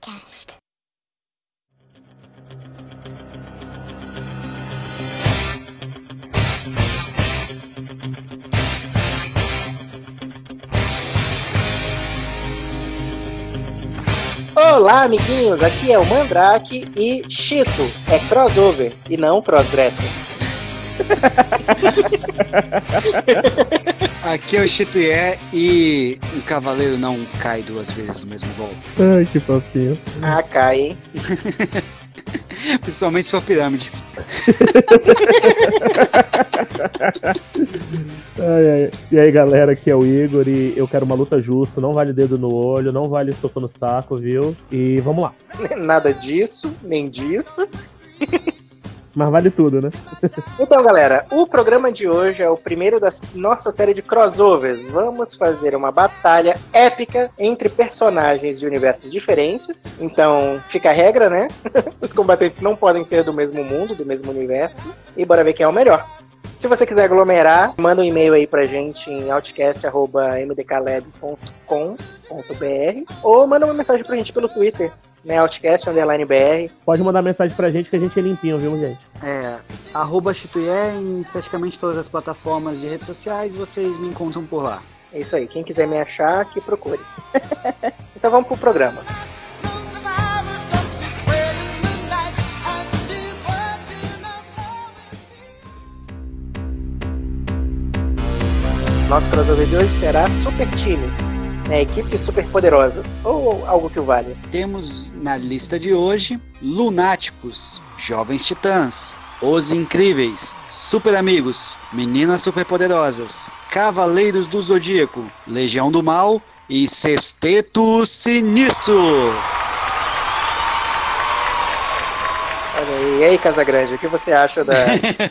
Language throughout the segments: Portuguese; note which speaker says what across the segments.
Speaker 1: Podcast.
Speaker 2: Olá, amiguinhos! Aqui é o Mandrake e Chito é crossover e não crossdresser.
Speaker 3: Aqui é o Chituié e um cavaleiro não cai duas vezes no mesmo golpe.
Speaker 4: Ai, que fofinho.
Speaker 2: Ah, cai, hein?
Speaker 3: Principalmente se for pirâmide.
Speaker 4: Ai, ai. E aí, galera, aqui é o Igor e eu quero uma luta justa, não vale dedo no olho, não vale soco no saco, viu? E vamos lá.
Speaker 2: Nada disso, nem disso.
Speaker 4: Mas vale tudo, né?
Speaker 2: Então, galera, o programa de hoje é o primeiro da nossa série de crossovers. Vamos fazer uma batalha épica entre personagens de universos diferentes. Então, fica a regra, né? Os combatentes não podem ser do mesmo mundo, do mesmo universo. E bora ver quem é o melhor. Se você quiser aglomerar, manda um e-mail aí pra gente em outcast.mdklab.com.br ou manda uma mensagem pra gente pelo Twitter, né? Outcast underline BR.
Speaker 4: Pode mandar mensagem pra gente que a gente é limpinho, viu, gente?
Speaker 3: É, arroba Chituié em praticamente todas as plataformas de redes sociais, vocês me encontram por lá.
Speaker 2: É isso aí. Quem quiser me achar, que procure. então vamos pro programa. Nosso crossover de hoje será Super Times, né, equipes super poderosas, ou algo que o valha.
Speaker 3: Temos na lista de hoje Lunáticos, Jovens Titãs, Os Incríveis, Super Amigos, Meninas Superpoderosas, Cavaleiros do Zodíaco, Legião do Mal e Sexteto Sinistro.
Speaker 2: Olha aí. E aí, Casagrande, o que você acha da,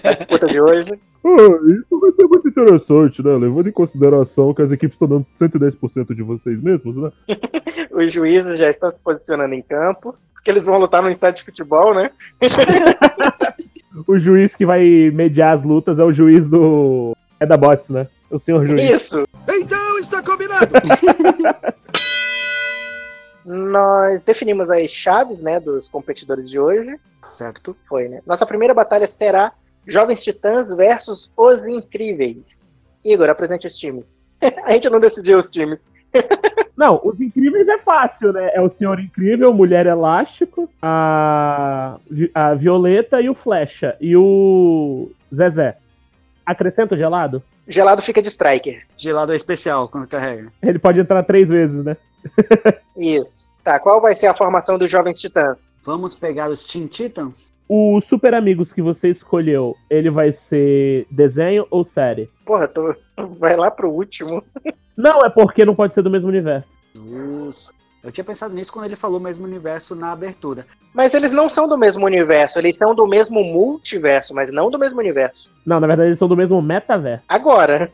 Speaker 2: da disputa de hoje?
Speaker 4: Ah, isso vai ser muito interessante, né? Levando em consideração que as equipes estão dando 110% de vocês mesmos, né?
Speaker 2: Os juízes já estão se posicionando em campo, que eles vão lutar no estádio de futebol, né?
Speaker 4: O juiz que vai mediar as lutas é o juiz do. É da Bots, né? O senhor juiz.
Speaker 2: Isso!
Speaker 5: Então está combinado!
Speaker 2: Nós definimos as chaves, né, dos competidores de hoje.
Speaker 3: Certo?
Speaker 2: Foi, né? Nossa primeira batalha será Jovens Titãs versus Os Incríveis. Igor, apresente os times. A gente não decidiu os times.
Speaker 4: Não, os incríveis é fácil, né? É o senhor incrível, mulher elástico, a, Vi- a Violeta e o Flecha. E o Zezé. Acrescenta o gelado?
Speaker 2: Gelado fica de striker.
Speaker 3: Gelado é especial quando carrega.
Speaker 4: Ele pode entrar três vezes, né?
Speaker 2: Isso. Tá, qual vai ser a formação dos Jovens Titãs?
Speaker 3: Vamos pegar os Teen Titans?
Speaker 4: O Super Amigos que você escolheu, ele vai ser desenho ou série?
Speaker 2: Porra, tô... vai lá pro último.
Speaker 4: Não, é porque não pode ser do mesmo universo.
Speaker 3: Justo. Eu tinha pensado nisso quando ele falou mesmo universo na abertura.
Speaker 2: Mas eles não são do mesmo universo, eles são do mesmo multiverso, mas não do mesmo universo.
Speaker 4: Não, na verdade eles são do mesmo metaverso.
Speaker 2: Agora,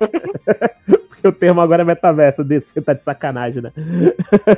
Speaker 4: Porque o termo agora é metaverso, DC tá de sacanagem, né?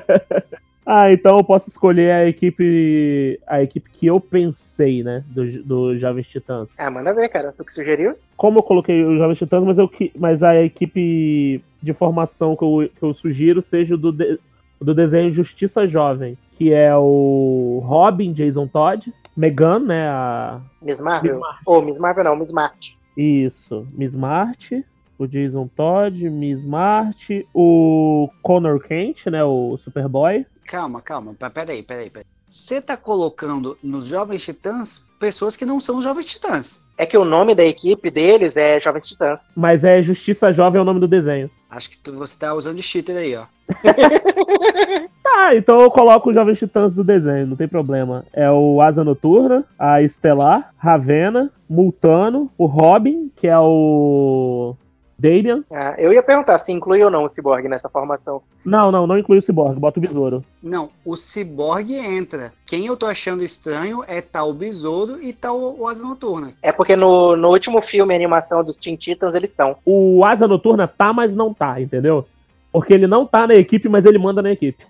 Speaker 4: ah, então eu posso escolher a equipe. A equipe que eu pensei, né? Do, do Jovens Titãs.
Speaker 2: ah, manda ver, cara, tu que sugeriu?
Speaker 4: Como eu coloquei os Jovens Titãs, mas, eu, que- mas a equipe de formação que eu, que eu sugiro seja o do, de- do desenho Justiça Jovem, que é o Robin, Jason Todd, Megan, né? A,
Speaker 2: Miss Marvel? Ou Miss Marvel não, Miss Marte.
Speaker 4: Isso, Miss Marte, o Jason Todd, Miss Marte, o Connor Kent, né, o Superboy.
Speaker 3: Calma, calma, pe- peraí, peraí, peraí. Você tá colocando nos Jovens Titãs pessoas que não são Jovens Titãs.
Speaker 2: É que o nome da equipe deles é Jovens Titãs.
Speaker 4: Mas é Justiça Jovem é o nome do desenho.
Speaker 3: Acho que tu- você tá usando de cheater aí, ó.
Speaker 4: Tá, então eu coloco os Jovens Titãs do desenho, não tem problema. É o Asa Noturna, a Estelar, Ravena, Multano, o Robin, que é o Damian.
Speaker 2: Ah, eu ia perguntar se inclui ou não o Cyborg nessa formação.
Speaker 4: Não, não, não inclui o Cyborg, bota o Besouro.
Speaker 3: Não, o Cyborg entra. Quem eu tô achando estranho é tal Besouro e tal o Asa Noturna.
Speaker 2: É porque no, no último filme, a animação dos Teen Titans, eles estão.
Speaker 4: O Asa Noturna tá, mas não tá, entendeu? Porque ele não tá na equipe, mas ele manda na equipe.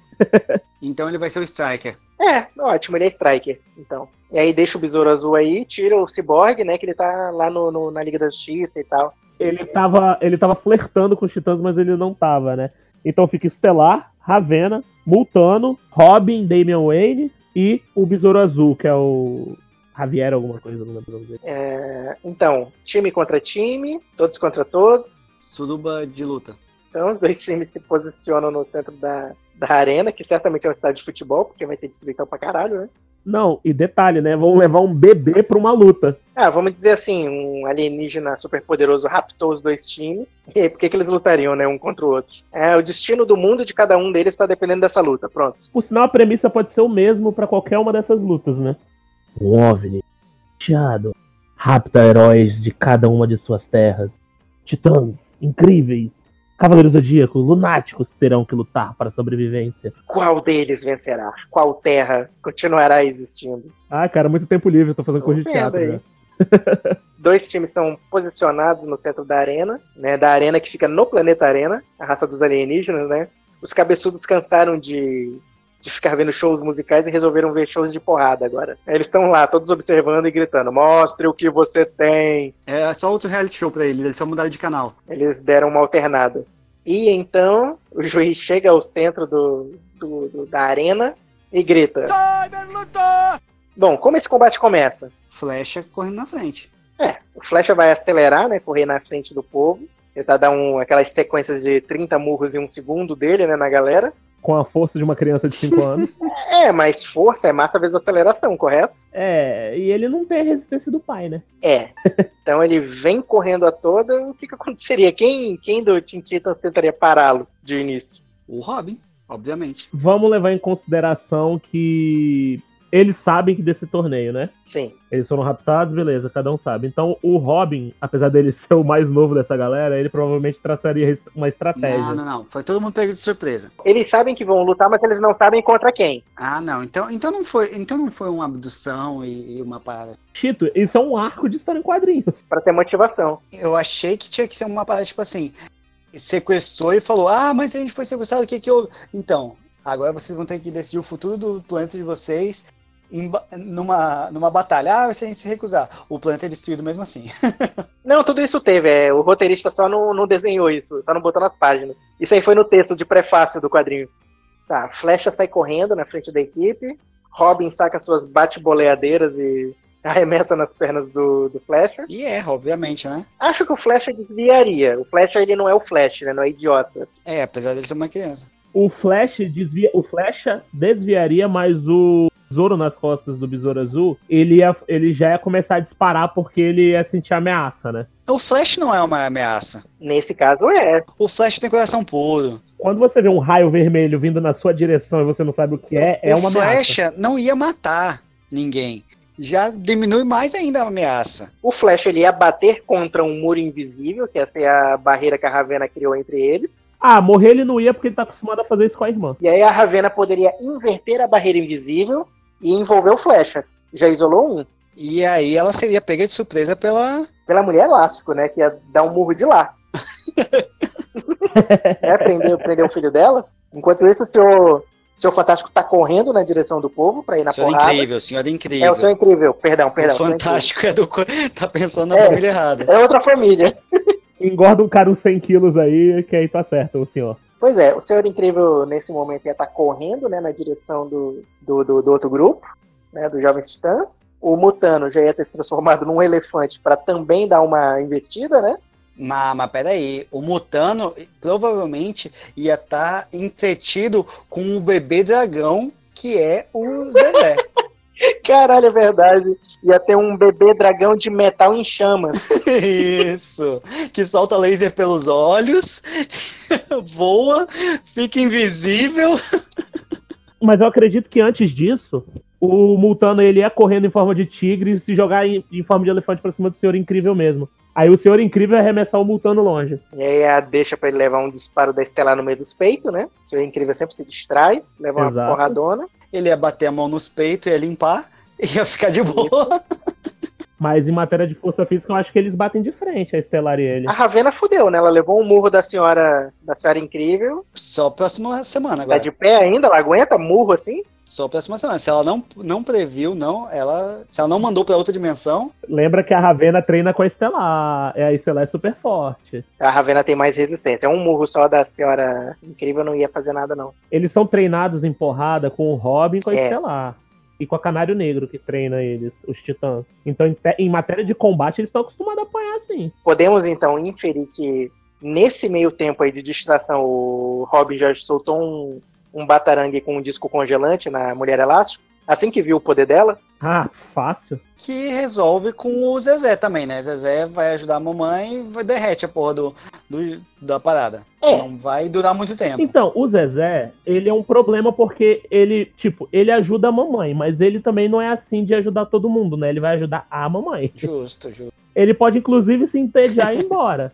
Speaker 3: Então ele vai ser o Striker.
Speaker 2: É, ótimo, ele é Striker, então. E aí deixa o Besouro Azul aí, tira o Cyborg, né, que ele tá lá no, no- na Liga da Justiça e tal.
Speaker 4: ele tava, ele tava flertando com os Titãs, mas ele não tava, né? Então fica Estelar, Ravena, Multano, Robin, Damian Wayne e o Besouro Azul, que é o Javier alguma coisa, não lembro o nome dele.
Speaker 2: É, então, time contra time, todos contra todos.
Speaker 3: Suruba de luta.
Speaker 2: Então, os dois times se posicionam no centro da, da arena, que certamente é um estádio de futebol, porque vai ter distribuição pra caralho, né?
Speaker 4: Não, e detalhe, né? Vão levar um bebê pra uma luta.
Speaker 2: Ah, vamos dizer assim, um alienígena superpoderoso raptou os dois times. E aí, por que, que eles lutariam, né? Um contra o outro? É, o destino do mundo de cada um deles tá dependendo dessa luta. Pronto.
Speaker 4: Por sinal, a premissa pode ser o mesmo pra qualquer uma dessas lutas, né? Um OVNI chateado rapta heróis de cada uma de suas terras. Titãs, incríveis, Cavaleiros do Zodíaco, lunáticos terão que lutar para a sobrevivência.
Speaker 2: Qual deles vencerá? Qual terra continuará existindo?
Speaker 4: Ah, cara, muito tempo livre, eu tô fazendo
Speaker 2: Tô
Speaker 4: coisa de
Speaker 2: vendo
Speaker 4: teatro,
Speaker 2: aí.
Speaker 4: né?
Speaker 2: Dois times são posicionados no centro da arena, né? Da arena que fica no planeta Arena, a raça dos alienígenas, né? Os cabeçudos cansaram de, de ficar vendo shows musicais e resolveram ver shows de porrada agora. Aí Eles estão lá, todos observando e gritando: mostre o que você tem.
Speaker 3: É só outro reality show pra eles, eles só mudaram de canal.
Speaker 2: Eles deram uma alternada. E então o juiz chega ao centro do, do- do- da arena e grita:
Speaker 5: Simon luta!
Speaker 2: Bom, como esse combate começa? É,
Speaker 3: Flecha correndo na frente.
Speaker 2: O Flecha vai acelerar, né? Correr na frente do povo. Tentar dar um, aquelas sequências de 30 murros em um segundo dele, né? Na galera.
Speaker 4: Com a força de uma criança de 5 anos.
Speaker 2: É, mas força é massa vezes aceleração, correto?
Speaker 4: É, e ele não tem a resistência do pai, né?
Speaker 2: É. Então ele vem correndo a toda. O que, que aconteceria? Quem, quem do Teen Titans tentaria pará-lo de início?
Speaker 3: O Robin, obviamente.
Speaker 4: Vamos levar em consideração que eles sabem que desse torneio, né?
Speaker 2: Sim.
Speaker 4: Eles foram raptados, beleza, cada um sabe. Então o Robin, apesar dele ser o mais novo dessa galera, ele provavelmente traçaria est- uma estratégia.
Speaker 3: Não, não, não. Foi todo mundo pego de surpresa.
Speaker 2: Eles sabem que vão lutar, mas eles não sabem contra quem.
Speaker 3: Ah, não. Então, então não foi, então não foi uma abdução e, e uma parada.
Speaker 4: Tito, isso é um arco de história em quadrinhos.
Speaker 2: Pra ter motivação.
Speaker 3: Eu achei que tinha que ser uma parada tipo assim, sequestrou e falou: "Ah, mas a gente foi sequestrado, o que que houve?" Então, agora vocês vão ter que decidir o futuro do planeta de vocês. em ba- Numa, numa batalha, ah, se a gente se recusar, o planeta é destruído mesmo assim.
Speaker 2: Não, tudo isso teve. é, o roteirista só não, não desenhou isso, só não botou nas páginas. Isso aí foi no texto de prefácio do quadrinho. Tá, Flecha sai correndo na frente da equipe. Robin saca suas bate-boleadeiras e arremessa nas pernas do, do Flecha.
Speaker 3: E é, obviamente, né?
Speaker 2: Acho que o Flecha desviaria. O Flecha, ele não é o Flash, né? Não é idiota.
Speaker 3: É, apesar dele ser uma criança.
Speaker 4: O Flash desvia, o Flecha desviaria, mas o Zoro nas costas do Besouro Azul, ele, ia, ele já ia começar a disparar porque ele ia sentir ameaça, né?
Speaker 3: O Flash não é uma ameaça.
Speaker 2: Nesse caso, é.
Speaker 3: O Flash tem coração puro.
Speaker 4: Quando você vê um raio vermelho vindo na sua direção e você não sabe o que é, é
Speaker 3: o
Speaker 4: uma ameaça.
Speaker 3: Flecha não ia matar ninguém. Já diminui mais ainda a ameaça.
Speaker 2: O Flash, ele ia bater contra um muro invisível, que essa é a barreira que a Ravena criou entre eles.
Speaker 4: Ah, morrer ele não ia porque ele tá acostumado a fazer isso com a irmã.
Speaker 2: E aí a Ravena poderia inverter a barreira invisível e envolver o Flecha. Já isolou um.
Speaker 3: E aí ela seria pega de surpresa pela.
Speaker 2: Pela mulher elástico, né? Que ia dar um murro de lá. é, prender, prender o filho dela. Enquanto isso, o seu, seu Fantástico tá correndo na direção do povo pra ir na
Speaker 3: senhora
Speaker 2: porrada.
Speaker 3: incrível, senhora incrível.
Speaker 2: É o seu incrível, perdão, perdão.
Speaker 3: O
Speaker 2: Senhor
Speaker 3: fantástico é do. co- Tá pensando na
Speaker 2: É.
Speaker 3: família errada.
Speaker 2: Incrível. É outra família.
Speaker 4: Engorda um cara uns 100 quilos aí, que aí tá certo, o senhor.
Speaker 2: Pois é, o Senhor Incrível nesse momento ia estar correndo né, na direção do, do, do- do outro grupo, né, dos Jovens Titãs. O Mutano já ia ter se transformado num elefante pra também dar uma investida, né?
Speaker 3: Mas, mas peraí, o Mutano provavelmente ia estar entretido com o bebê dragão, que é o Zezé.
Speaker 2: Caralho, é verdade. Ia ter um bebê dragão de metal em chamas.
Speaker 3: Isso! Que solta laser pelos olhos, voa, fica invisível.
Speaker 4: Mas eu acredito que antes disso, o Multano ele ia correndo em forma de tigre e se jogar em, em forma de elefante pra cima do Senhor Incrível mesmo. Aí o Senhor Incrível ia arremessar o Multano longe.
Speaker 2: E aí a deixa pra ele levar um disparo da Estelar no meio dos peitos, né? O Senhor Incrível sempre se distrai, leva uma
Speaker 4: Exato.
Speaker 2: porradona.
Speaker 3: Ele ia bater a mão nos peitos, ia limpar, ia ficar de boa.
Speaker 4: Mas em matéria de força física, eu acho que eles batem de frente, a Estelar e ele.
Speaker 2: A Ravena fudeu, né? Ela levou um murro da senhora, da senhora Incrível.
Speaker 3: Só próxima semana
Speaker 2: Tá
Speaker 3: agora.
Speaker 2: de pé ainda, ela aguenta murro assim.
Speaker 3: Só a próxima semana. Se ela não, não previu, não, ela. Se ela não mandou pra outra dimensão,
Speaker 4: Lembra que a Ravena treina com a Estelar. É, a Estelar é super forte.
Speaker 2: A Ravena tem mais resistência. Um murro só da senhora incrível não ia fazer nada, não.
Speaker 4: Eles são treinados em porrada com o Robin e com a
Speaker 2: É.
Speaker 4: Estelar. E com a Canário Negro que treina eles, os titãs. Então, em, te- em matéria de combate, eles estão acostumados a apanhar assim.
Speaker 2: Podemos então inferir que nesse meio tempo aí de distração, o Robin já soltou um, um batarangue com um disco congelante na mulher elástico. Assim que viu o poder dela,
Speaker 4: Ah, fácil.
Speaker 3: que resolve com o Zezé também, né? Zezé vai ajudar a mamãe e vai- derrete a porra do, do- da parada.
Speaker 2: É.
Speaker 3: Não vai durar muito tempo.
Speaker 4: Então, o Zezé, ele é um problema porque ele, tipo, ele ajuda a mamãe, mas ele também não é assim de ajudar todo mundo, né? Ele vai ajudar a mamãe.
Speaker 3: Justo, justo.
Speaker 4: Ele pode, inclusive, se entediar e ir embora.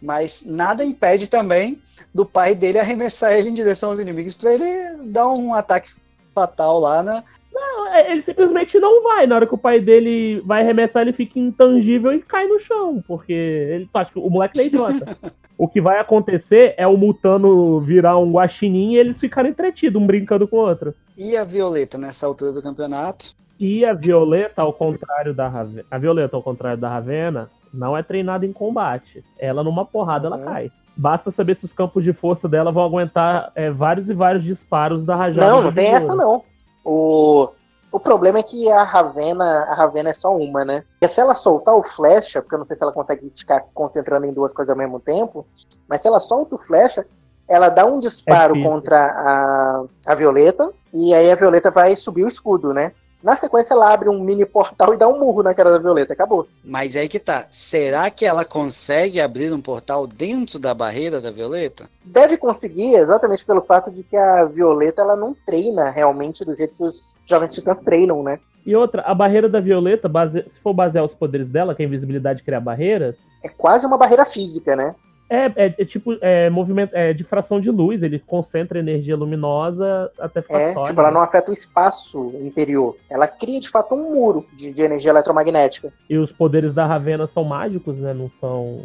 Speaker 3: Mas nada impede também do pai dele arremessar ele em direção aos inimigos pra ele dar um ataque fatal lá na.
Speaker 4: Não, é- Ele simplesmente não vai. Na hora que o pai dele vai arremessar, ele fica intangível e cai no chão. Porque ele acho que o moleque não é idiota. o que vai acontecer é o Mutano virar um guaxinim e eles ficarem entretidos, um brincando com o outro.
Speaker 3: E a Violeta nessa altura do campeonato.
Speaker 4: E a Violeta, ao contrário da Ravena. A Violeta, ao contrário da Ravena, não é treinada em combate. Ela, numa porrada, ela
Speaker 2: Uhum.
Speaker 4: cai. Basta saber se os campos de força dela vão aguentar é, vários e vários disparos da rajada.
Speaker 2: não,
Speaker 4: de
Speaker 2: não tem
Speaker 4: Violeta.
Speaker 2: essa não. O, o problema é que a Ravena, a Ravena é só uma, né? Porque se ela soltar o flecha, porque eu não sei se ela consegue ficar concentrando em duas coisas ao mesmo tempo, mas se ela solta o flecha, ela dá um disparo
Speaker 4: difícil.
Speaker 2: contra a, a Violeta, e aí a Violeta vai subir o escudo, né? Na sequência, ela abre um mini portal e dá um murro na cara da Violeta. Acabou.
Speaker 3: Mas aí que tá. Será que ela consegue abrir um portal dentro da barreira da Violeta?
Speaker 2: deve conseguir exatamente pelo fato de que a Violeta ela não treina realmente do jeito que os jovens titãs treinam, né?
Speaker 4: E outra, a barreira da Violeta, base- se for basear os poderes dela, que é a invisibilidade criar barreiras,
Speaker 2: É quase uma barreira física, né?
Speaker 4: é, é- é tipo é, movimento, é difração de luz, ele concentra energia luminosa até ficar
Speaker 2: É,
Speaker 4: sólido.
Speaker 2: tipo, ela não afeta o espaço interior. Ela cria, de fato, um muro de, de energia eletromagnética.
Speaker 4: E os poderes da Ravena são mágicos, né? Não são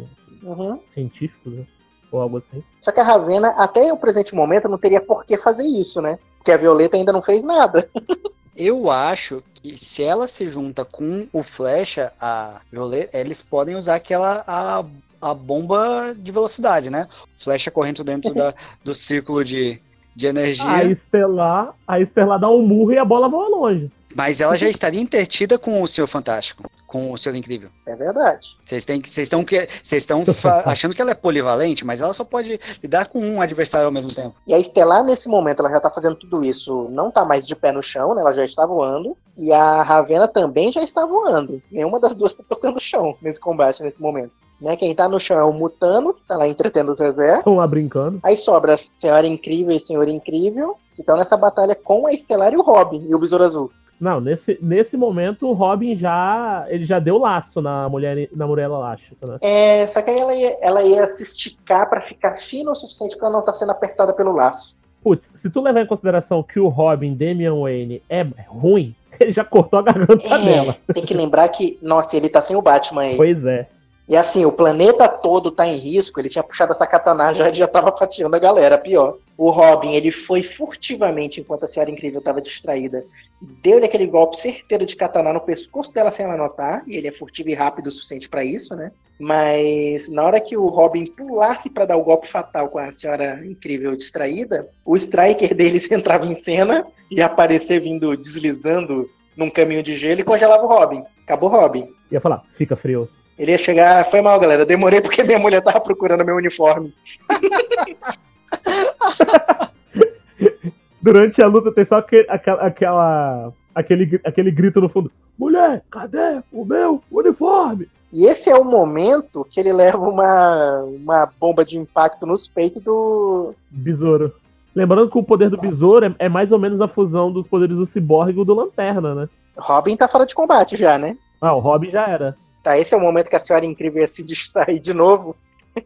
Speaker 4: científicos, né? Ou algo assim.
Speaker 2: Só que a Ravena, até o presente momento, não teria por que fazer isso, né? Porque a Violeta ainda não fez nada.
Speaker 3: Eu acho que se ela se junta com o Flecha, a Violeta, eles podem usar aquela a, a bomba de velocidade, né? Flecha correndo dentro da, do círculo de, de energia.
Speaker 2: Ah, é?
Speaker 4: A Estelar, a Estelar dá um murro e a bola voa longe.
Speaker 3: Mas ela já estaria entretida com o Senhor Fantástico, com o Senhor Incrível.
Speaker 2: Isso é verdade.
Speaker 3: Vocês têm que- vocês estão que- vocês estão fa- achando que ela é polivalente, mas ela só pode lidar com um adversário ao mesmo tempo.
Speaker 2: E a Estelar, nesse momento, ela já tá fazendo tudo isso. Não tá mais de pé no chão, né? Ela já está voando. E a Ravena também já está voando. Nenhuma das duas tá tocando o chão nesse combate, nesse momento. Né? Quem tá no chão é o Mutano, que tá lá entretendo o Zezé.
Speaker 4: Estão lá brincando.
Speaker 2: Aí sobra a Senhora Incrível e Senhor Incrível, que estão nessa batalha com a Estelar e o Robin e o Besouro Azul.
Speaker 4: Não, nesse, nesse momento o Robin já ele já deu laço na mulher na mulher elástica, né?
Speaker 2: É, só que aí ela ia, ela ia se esticar pra ficar fina o suficiente pra não estar sendo apertada pelo laço.
Speaker 4: Putz, se tu levar em consideração que o Robin Damian Wayne é ruim, ele já cortou a garganta
Speaker 2: É,
Speaker 4: dela.
Speaker 2: Tem que lembrar que, nossa, ele tá sem o Batman aí.
Speaker 4: Pois é.
Speaker 2: E assim, o planeta todo tá em risco, ele tinha puxado essa katana já já tava fatiando a galera, pior. O Robin, ele foi furtivamente, enquanto a Senhora Incrível tava distraída, deu-lhe aquele golpe certeiro de katana no pescoço dela sem ela notar, e ele é furtivo e rápido o suficiente pra isso, né? Mas na hora que o Robin pulasse pra dar o golpe fatal com a Senhora Incrível distraída, o Striker deles entrava em cena e aparecer vindo deslizando num caminho de gelo e congelava o Robin. Acabou o Robin.
Speaker 4: Ia falar, fica frio.
Speaker 2: Ele ia chegar, foi mal, galera. Demorei porque minha mulher tava procurando meu uniforme.
Speaker 4: Durante a luta tem só aquele, aquela, aquela- aquele, aquele grito no fundo. Mulher, cadê o meu uniforme?
Speaker 2: E esse é o momento que ele leva uma, uma bomba de impacto nos peitos do.
Speaker 4: Besouro. Lembrando que o poder do besouro é, é mais ou menos a fusão dos poderes do ciborgue e o do lanterna, né?
Speaker 2: Robin tá fora de combate já, né?
Speaker 4: Ah, o Robin já era.
Speaker 2: Tá, esse é o momento que a senhora incrível ia se distrair de novo.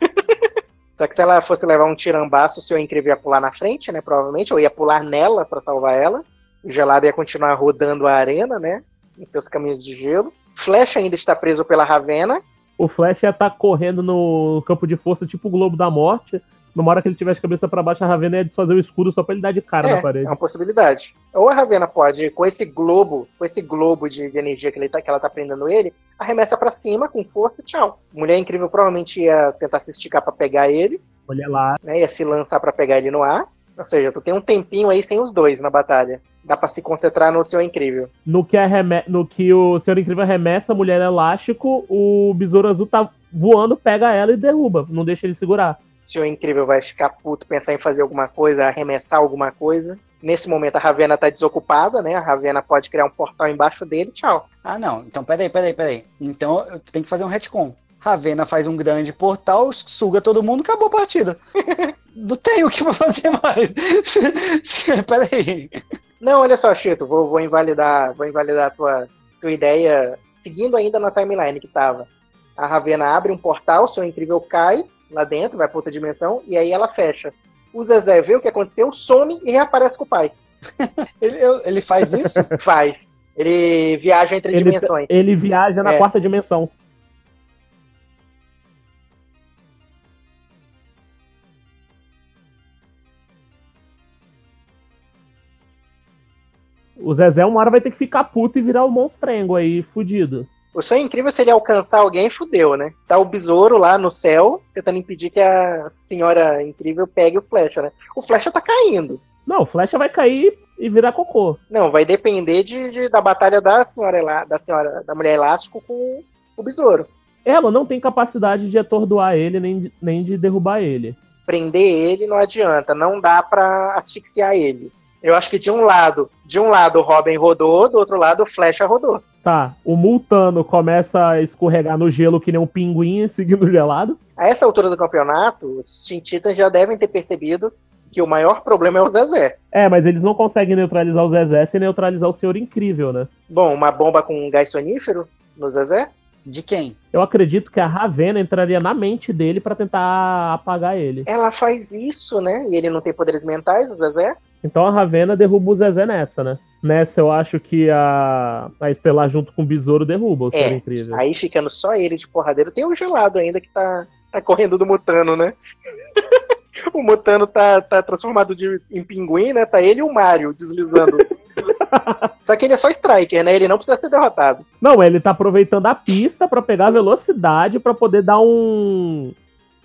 Speaker 2: Só que se ela fosse levar um tirambaço, o senhor incrível ia pular na frente, né? Provavelmente, ou ia pular nela pra salvar ela. O gelado ia continuar rodando a arena, né? Em seus caminhos de gelo. Flash ainda está preso pela Ravena.
Speaker 4: tá O Flash ia estar correndo no campo de força, tipo o Globo da Morte, numa hora que ele tiver de cabeça pra baixo, a Ravena ia desfazer o escudo só pra ele dar de cara na
Speaker 2: É, é
Speaker 4: parede.
Speaker 2: uma possibilidade. Ou a Ravena pode, com esse globo, com esse globo de, de energia que, ele tá, que ela tá prendendo ele, arremessa pra cima com força e tchau. Mulher Incrível provavelmente ia tentar se esticar pra pegar ele,
Speaker 4: Olha lá.
Speaker 2: né? Ia se lançar pra pegar ele no ar. Ou seja, tu tem um tempinho aí sem os dois na batalha. Dá pra se concentrar no Senhor Incrível.
Speaker 4: No que, arreme- no que o Senhor Incrível arremessa a mulher elástico, o Besouro Azul tá voando, pega ela e derruba. Não deixa ele segurar.
Speaker 2: O Senhor Incrível vai ficar puto, pensar em fazer alguma coisa, arremessar alguma coisa. Nesse momento a Ravena tá desocupada, né? A Ravena pode criar um portal embaixo dele, tchau.
Speaker 3: Ah, não. Então, peraí, peraí, peraí. Então, eu tenho que fazer um retcon. Ravena faz um grande portal, suga todo mundo, acabou a partida. Não tem o que fazer mais. peraí.
Speaker 2: Não, olha só, Chito, vou, vou invalidar, vou invalidar a tua, tua ideia, seguindo ainda na timeline que tava. A Ravena abre um portal, seu incrível cai lá dentro, vai pra outra dimensão, e aí ela fecha. O Zezé vê o que aconteceu, some e reaparece com o pai.
Speaker 3: Ele, eu- ele faz isso?
Speaker 2: Faz. Ele viaja entre
Speaker 4: Ele-
Speaker 2: dimensões.
Speaker 4: Ele viaja na
Speaker 2: É.
Speaker 4: quarta dimensão. O Zezé uma hora vai ter que ficar puto e virar o monstrengo aí, fudido.
Speaker 2: O sonho incrível se ele alcançar alguém, fudeu, né? Tá o besouro lá no céu, tentando impedir que a senhora incrível pegue o flecha, né? O flecha tá caindo.
Speaker 4: Não, o Flecha vai cair e virar cocô.
Speaker 2: Não, vai depender de, de- da batalha da senhora, elá- da senhora, da mulher elástico com o besouro.
Speaker 4: Ela não tem capacidade de atordoar ele nem de, nem de derrubar ele.
Speaker 2: prender ele não adianta, não dá pra asfixiar ele. Eu acho que de um lado, de um lado o Robin rodou, do outro lado o Flecha rodou.
Speaker 4: Tá, o Multano começa a escorregar no gelo que nem um pinguim seguindo o gelado.
Speaker 2: A essa altura do campeonato, os Teen Titans já devem ter percebido que o maior problema é o Zezé.
Speaker 4: É, mas eles não conseguem neutralizar o Zezé sem neutralizar o Senhor Incrível, né?
Speaker 2: Bom, uma bomba com um gás sonífero no Zezé?
Speaker 3: De quem?
Speaker 4: Eu acredito que a Ravena entraria na mente dele pra tentar apagar ele.
Speaker 2: Ela faz isso, né? E ele não tem poderes mentais, o Zezé?
Speaker 4: Então a Ravena derruba o Zezé nessa, né? Nessa eu acho que a, a Estelar junto com o Besouro derruba o Senhor
Speaker 2: É.
Speaker 4: Incrível.
Speaker 2: Aí ficando só ele de porradeiro, tem o gelado ainda que tá, tá correndo do Mutano, né? o Mutano tá, tá transformado de- em pinguim, né? Tá ele e o Mario deslizando. só que ele é só striker, né? Ele não precisa ser derrotado.
Speaker 4: Não, ele tá aproveitando a pista pra pegar a velocidade pra poder dar um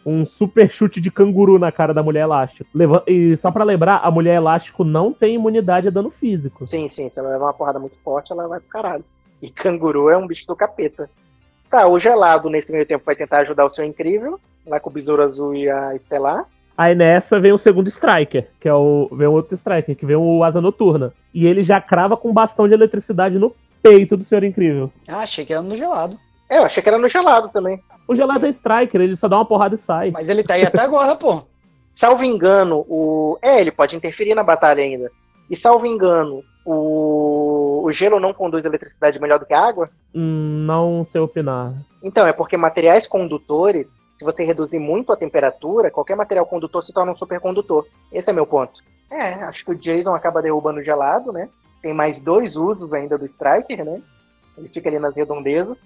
Speaker 4: um super chute de canguru na cara da mulher elástico. Leva- e só pra lembrar, a mulher elástico não tem imunidade a dano físico.
Speaker 2: Sim, sim, se ela levar uma porrada muito forte, ela vai pro caralho. E canguru é um bicho do capeta. Tá, o gelado nesse meio tempo vai tentar ajudar o seu incrível, lá com o Besouro Azul e a Estelar.
Speaker 4: Aí nessa vem o segundo striker, que é o vem o outro striker, que vem o Asa Noturna, e ele já crava com um bastão de eletricidade no peito do Senhor Incrível.
Speaker 3: Ah, achei que era no gelado.
Speaker 2: É, eu achei que era no gelado também.
Speaker 4: O gelado é striker, ele só dá uma porrada e sai.
Speaker 3: Mas ele tá aí até agora, pô.
Speaker 2: Salvo engano, o. É, ele pode interferir na batalha ainda. E salvo engano, o. O gelo não conduz eletricidade melhor do que a água?
Speaker 4: Hum, não sei opinar.
Speaker 2: Então, é porque materiais condutores, se você reduzir muito a temperatura, qualquer material condutor se torna um supercondutor. Esse é meu ponto. É, acho que o Jason acaba derrubando o gelado, né? Tem mais dois usos ainda do Striker, né? Ele fica ali nas redondezas.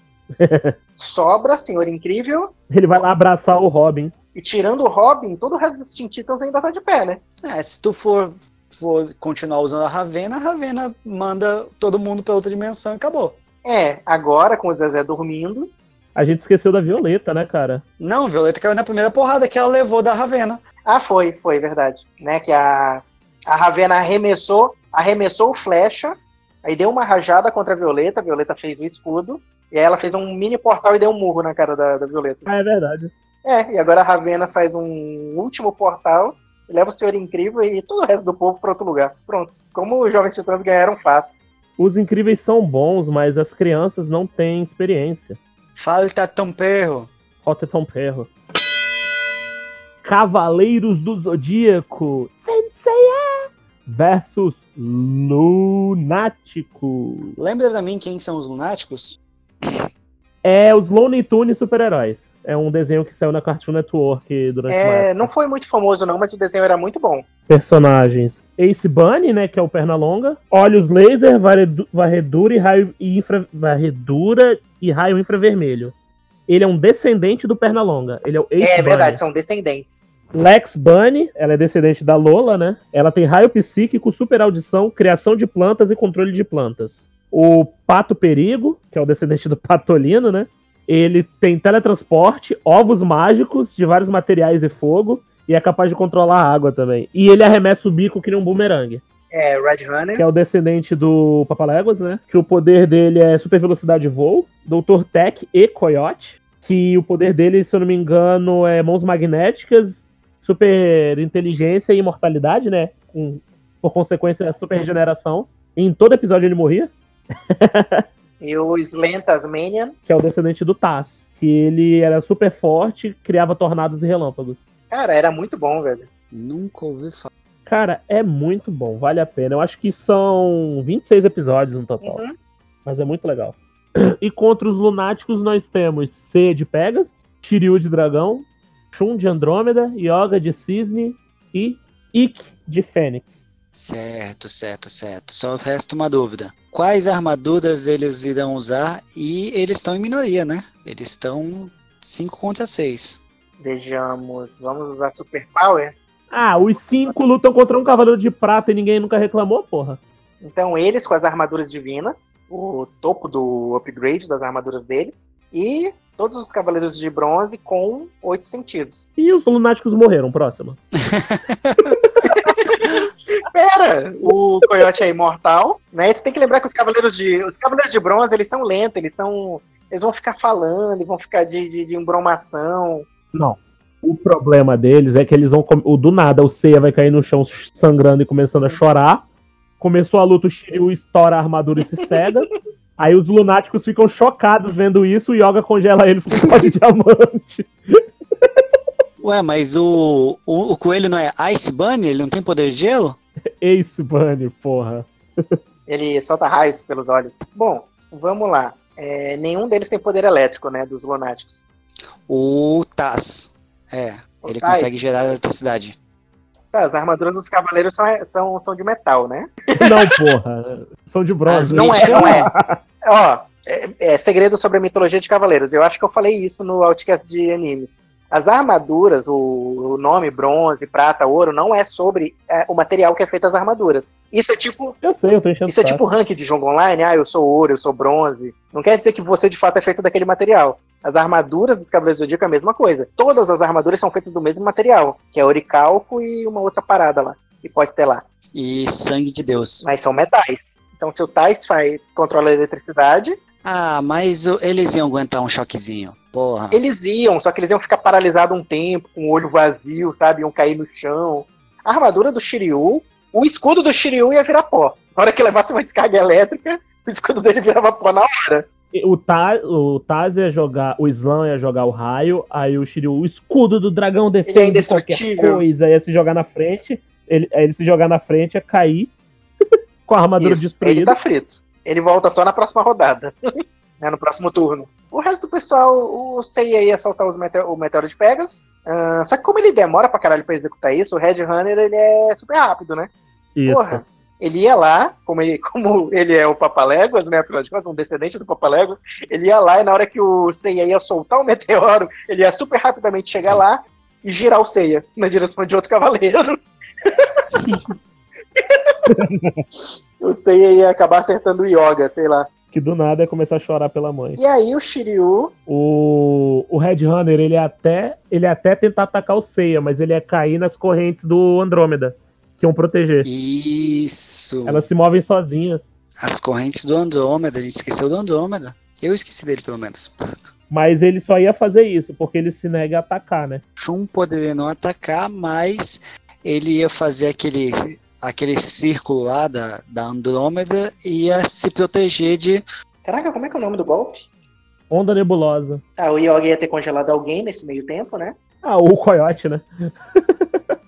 Speaker 2: Sobra, senhor incrível.
Speaker 4: Ele vai lá abraçar o Robin.
Speaker 2: E tirando o Robin, todo o resto dos Teen Titans ainda tá de pé, né?
Speaker 3: É, se tu for, for continuar usando a Ravena, a Ravena manda todo mundo pra outra dimensão e acabou.
Speaker 2: É, agora com o Zezé dormindo,
Speaker 4: A gente esqueceu da Violeta, né, cara?
Speaker 3: Não, Violeta caiu na primeira porrada que ela levou da Ravena.
Speaker 2: Ah, foi, foi, verdade. Né, que a, a Ravena arremessou, arremessou o flecha, aí deu uma rajada contra a Violeta, a Violeta fez o escudo, e aí ela fez um mini portal e deu um murro na cara da, da Violeta.
Speaker 4: Ah, é verdade.
Speaker 2: É, e agora a Ravena faz um último portal, leva o Senhor Incrível e todo o resto do povo para outro lugar. Pronto. Como os jovens titãs ganharam fácil.
Speaker 4: Os incríveis são bons, mas as crianças não têm experiência.
Speaker 3: Falta tamperro.
Speaker 4: Roteton Perro. Cavaleiros do Zodíaco. Senseiya versus Lunático.
Speaker 3: Lembra pra mim quem são os lunáticos?
Speaker 4: É os Looney Tunes super-heróis. É um desenho que saiu na Cartoon Network durante uma
Speaker 2: É,
Speaker 4: época.
Speaker 2: não foi muito famoso não, mas o desenho era muito bom.
Speaker 4: Personagens. Ace Bunny, né, que é o Pernalonga. Olhos laser, varredu- varredura e raio e infra, varredura e raio infravermelho. Ele é um descendente do Pernalonga. Ele é o Ace
Speaker 2: é
Speaker 4: Bunny.
Speaker 2: verdade, são descendentes.
Speaker 4: Lex Bunny, ela é descendente da Lola, né? Ela tem raio psíquico, super audição, criação de plantas e controle de plantas. O Pato Perigo, que é o descendente do Patolino, né? Ele tem teletransporte, ovos mágicos de vários materiais e fogo, e é capaz de controlar a água também. E ele arremessa o bico que nem um bumerangue.
Speaker 2: É, Red Runner.
Speaker 4: Que é o descendente do Papaléguas, né? Que o poder dele é super velocidade e voo, Doutor Tech e Coyote. Que o poder dele, se eu não me engano, é mãos magnéticas, super inteligência e imortalidade, né? Com, por consequência, super regeneração. E em todo episódio ele morria,
Speaker 2: E o Slant Tasmanian.
Speaker 4: que é o descendente do Taz. Que ele era super forte, criava tornados e relâmpagos.
Speaker 2: Cara, era muito bom, velho.
Speaker 3: Nunca ouvi falar.
Speaker 4: Cara, é muito bom, vale a pena. Eu acho que são 26 episódios no total.
Speaker 2: Uhum.
Speaker 4: mas é muito legal. E contra os lunáticos nós temos C de Pegasus, Shiryu de Dragão, Shun de Andrômeda, Yoga de Cisne e Ikki de Fênix.
Speaker 3: Certo, certo, certo. Só resta uma dúvida. Quais armaduras eles irão usar? E eles estão em minoria, né? Eles estão 5 contra 6.
Speaker 2: Vejamos. Vamos usar Super Power?
Speaker 4: Ah, os cinco lutam contra um cavaleiro de prata e ninguém nunca reclamou, porra.
Speaker 2: Então, eles com as armaduras divinas, o topo do upgrade das armaduras deles, e todos os cavaleiros de bronze com oito sentidos.
Speaker 4: E os lunáticos morreram, próximo.
Speaker 2: Pera! O coiote é imortal, né? E tu tem que lembrar que os cavaleiros de. Os cavaleiros de bronze, eles são lentos, eles são. Eles vão ficar falando, eles vão ficar de, de, de embromação.
Speaker 4: O problema deles é que eles vão. com- O do nada, o Seiya vai cair no chão sangrando e começando a chorar. Começou a luta, o Shiryu estoura a armadura e se cega. Aí os lunáticos ficam chocados vendo isso, o Yoga congela eles com um pó de diamante.
Speaker 3: Ué, mas o, o, o coelho não é Ice Bunny? Ele não tem poder de gelo?
Speaker 4: Ace Bunny, porra.
Speaker 2: Ele solta raios pelos olhos. Bom, vamos lá. É, nenhum deles tem poder elétrico, né? Dos lunáticos.
Speaker 3: O Taz. É,
Speaker 2: O
Speaker 3: ele
Speaker 2: Taz?
Speaker 3: consegue gerar eletricidade.
Speaker 2: Tá, as armaduras dos cavaleiros são, é, são, são de metal, né?
Speaker 4: Não, porra. São de
Speaker 3: As
Speaker 4: bronze.
Speaker 2: Não é,
Speaker 3: Míticas,
Speaker 2: não é. Ó, é, é segredo sobre a mitologia de cavaleiros. Eu acho que eu falei isso no Outcast de animes. As armaduras, o, o nome bronze, prata, ouro, não é sobre é, o material que é feito as armaduras. Isso é tipo,
Speaker 4: Eu sei, eu tô enchendo
Speaker 2: isso é
Speaker 4: o saco.
Speaker 2: tipo ranking de jogo online. Ah, eu sou ouro, eu sou bronze. Não quer dizer que você de fato é feito daquele material. As armaduras dos Cavaleiros do Zodíaco é a mesma coisa. Todas as armaduras são feitas do mesmo material, que é oricalco e uma outra parada lá, que pode ter lá.
Speaker 3: E sangue de Deus.
Speaker 2: Mas são metais. Então, se o Tais faz, controla a eletricidade,
Speaker 3: Ah, mas o- eles iam aguentar um choquezinho. Porra.
Speaker 2: Eles iam, só que eles iam ficar paralisados um tempo, com o olho vazio, sabe? Iam cair no chão. A armadura do Shiryu, o escudo do Shiryu ia virar pó. Na hora que levasse uma descarga elétrica, o escudo dele virava pó na hora.
Speaker 4: E O, Ta, o Taz ia jogar, o Slam ia jogar o raio, aí o Shiryu, o escudo do dragão
Speaker 2: Ele é
Speaker 4: defende qualquer
Speaker 2: indestrutível.
Speaker 4: coisa, ia se jogar na frente, ele, aí ele se jogar na frente ia cair com a armadura
Speaker 2: Isso, ele
Speaker 4: destruída.
Speaker 2: tá frito. Ele volta só na próxima rodada. né, no próximo turno. O resto do pessoal, o Seiya ia soltar os mete- o Meteoro de Pegasus. Ah, só que como ele demora pra caralho pra executar isso, o Red Runner ele é super rápido, né?
Speaker 4: Isso.
Speaker 2: Porra, ele ia lá, como ele, como ele é o Papaléguas, né? Afinal de contas, um descendente do Papaléguas, ele ia lá e na hora que o Seiya ia soltar o meteoro, ele ia super rapidamente chegar lá e girar o Seiya na direção de outro cavaleiro. o Seiya ia acabar acertando o Yoga, sei lá.
Speaker 4: Que do nada ia começar a chorar pela mãe.
Speaker 2: E aí o Shiryu,
Speaker 4: O, o Red Runner, ele é até, ele até tentar atacar o Seiya, mas ele ia cair nas correntes do Andrômeda, que iam proteger.
Speaker 3: Isso.
Speaker 4: Elas se movem sozinhas.
Speaker 3: As correntes do Andrômeda. A gente esqueceu do Andrômeda. Eu esqueci dele, pelo menos.
Speaker 4: Mas ele só ia fazer isso, porque ele se nega a atacar, né?
Speaker 3: Shun poderia não atacar, mas ele ia fazer aquele, aquele círculo lá da, da Andrômeda e ia se proteger de.
Speaker 2: caraca, como é que é o nome do golpe?
Speaker 4: Onda nebulosa.
Speaker 2: Tá, o Yoga ia ter congelado alguém nesse meio tempo, né?
Speaker 4: Ah, o Coyote, né?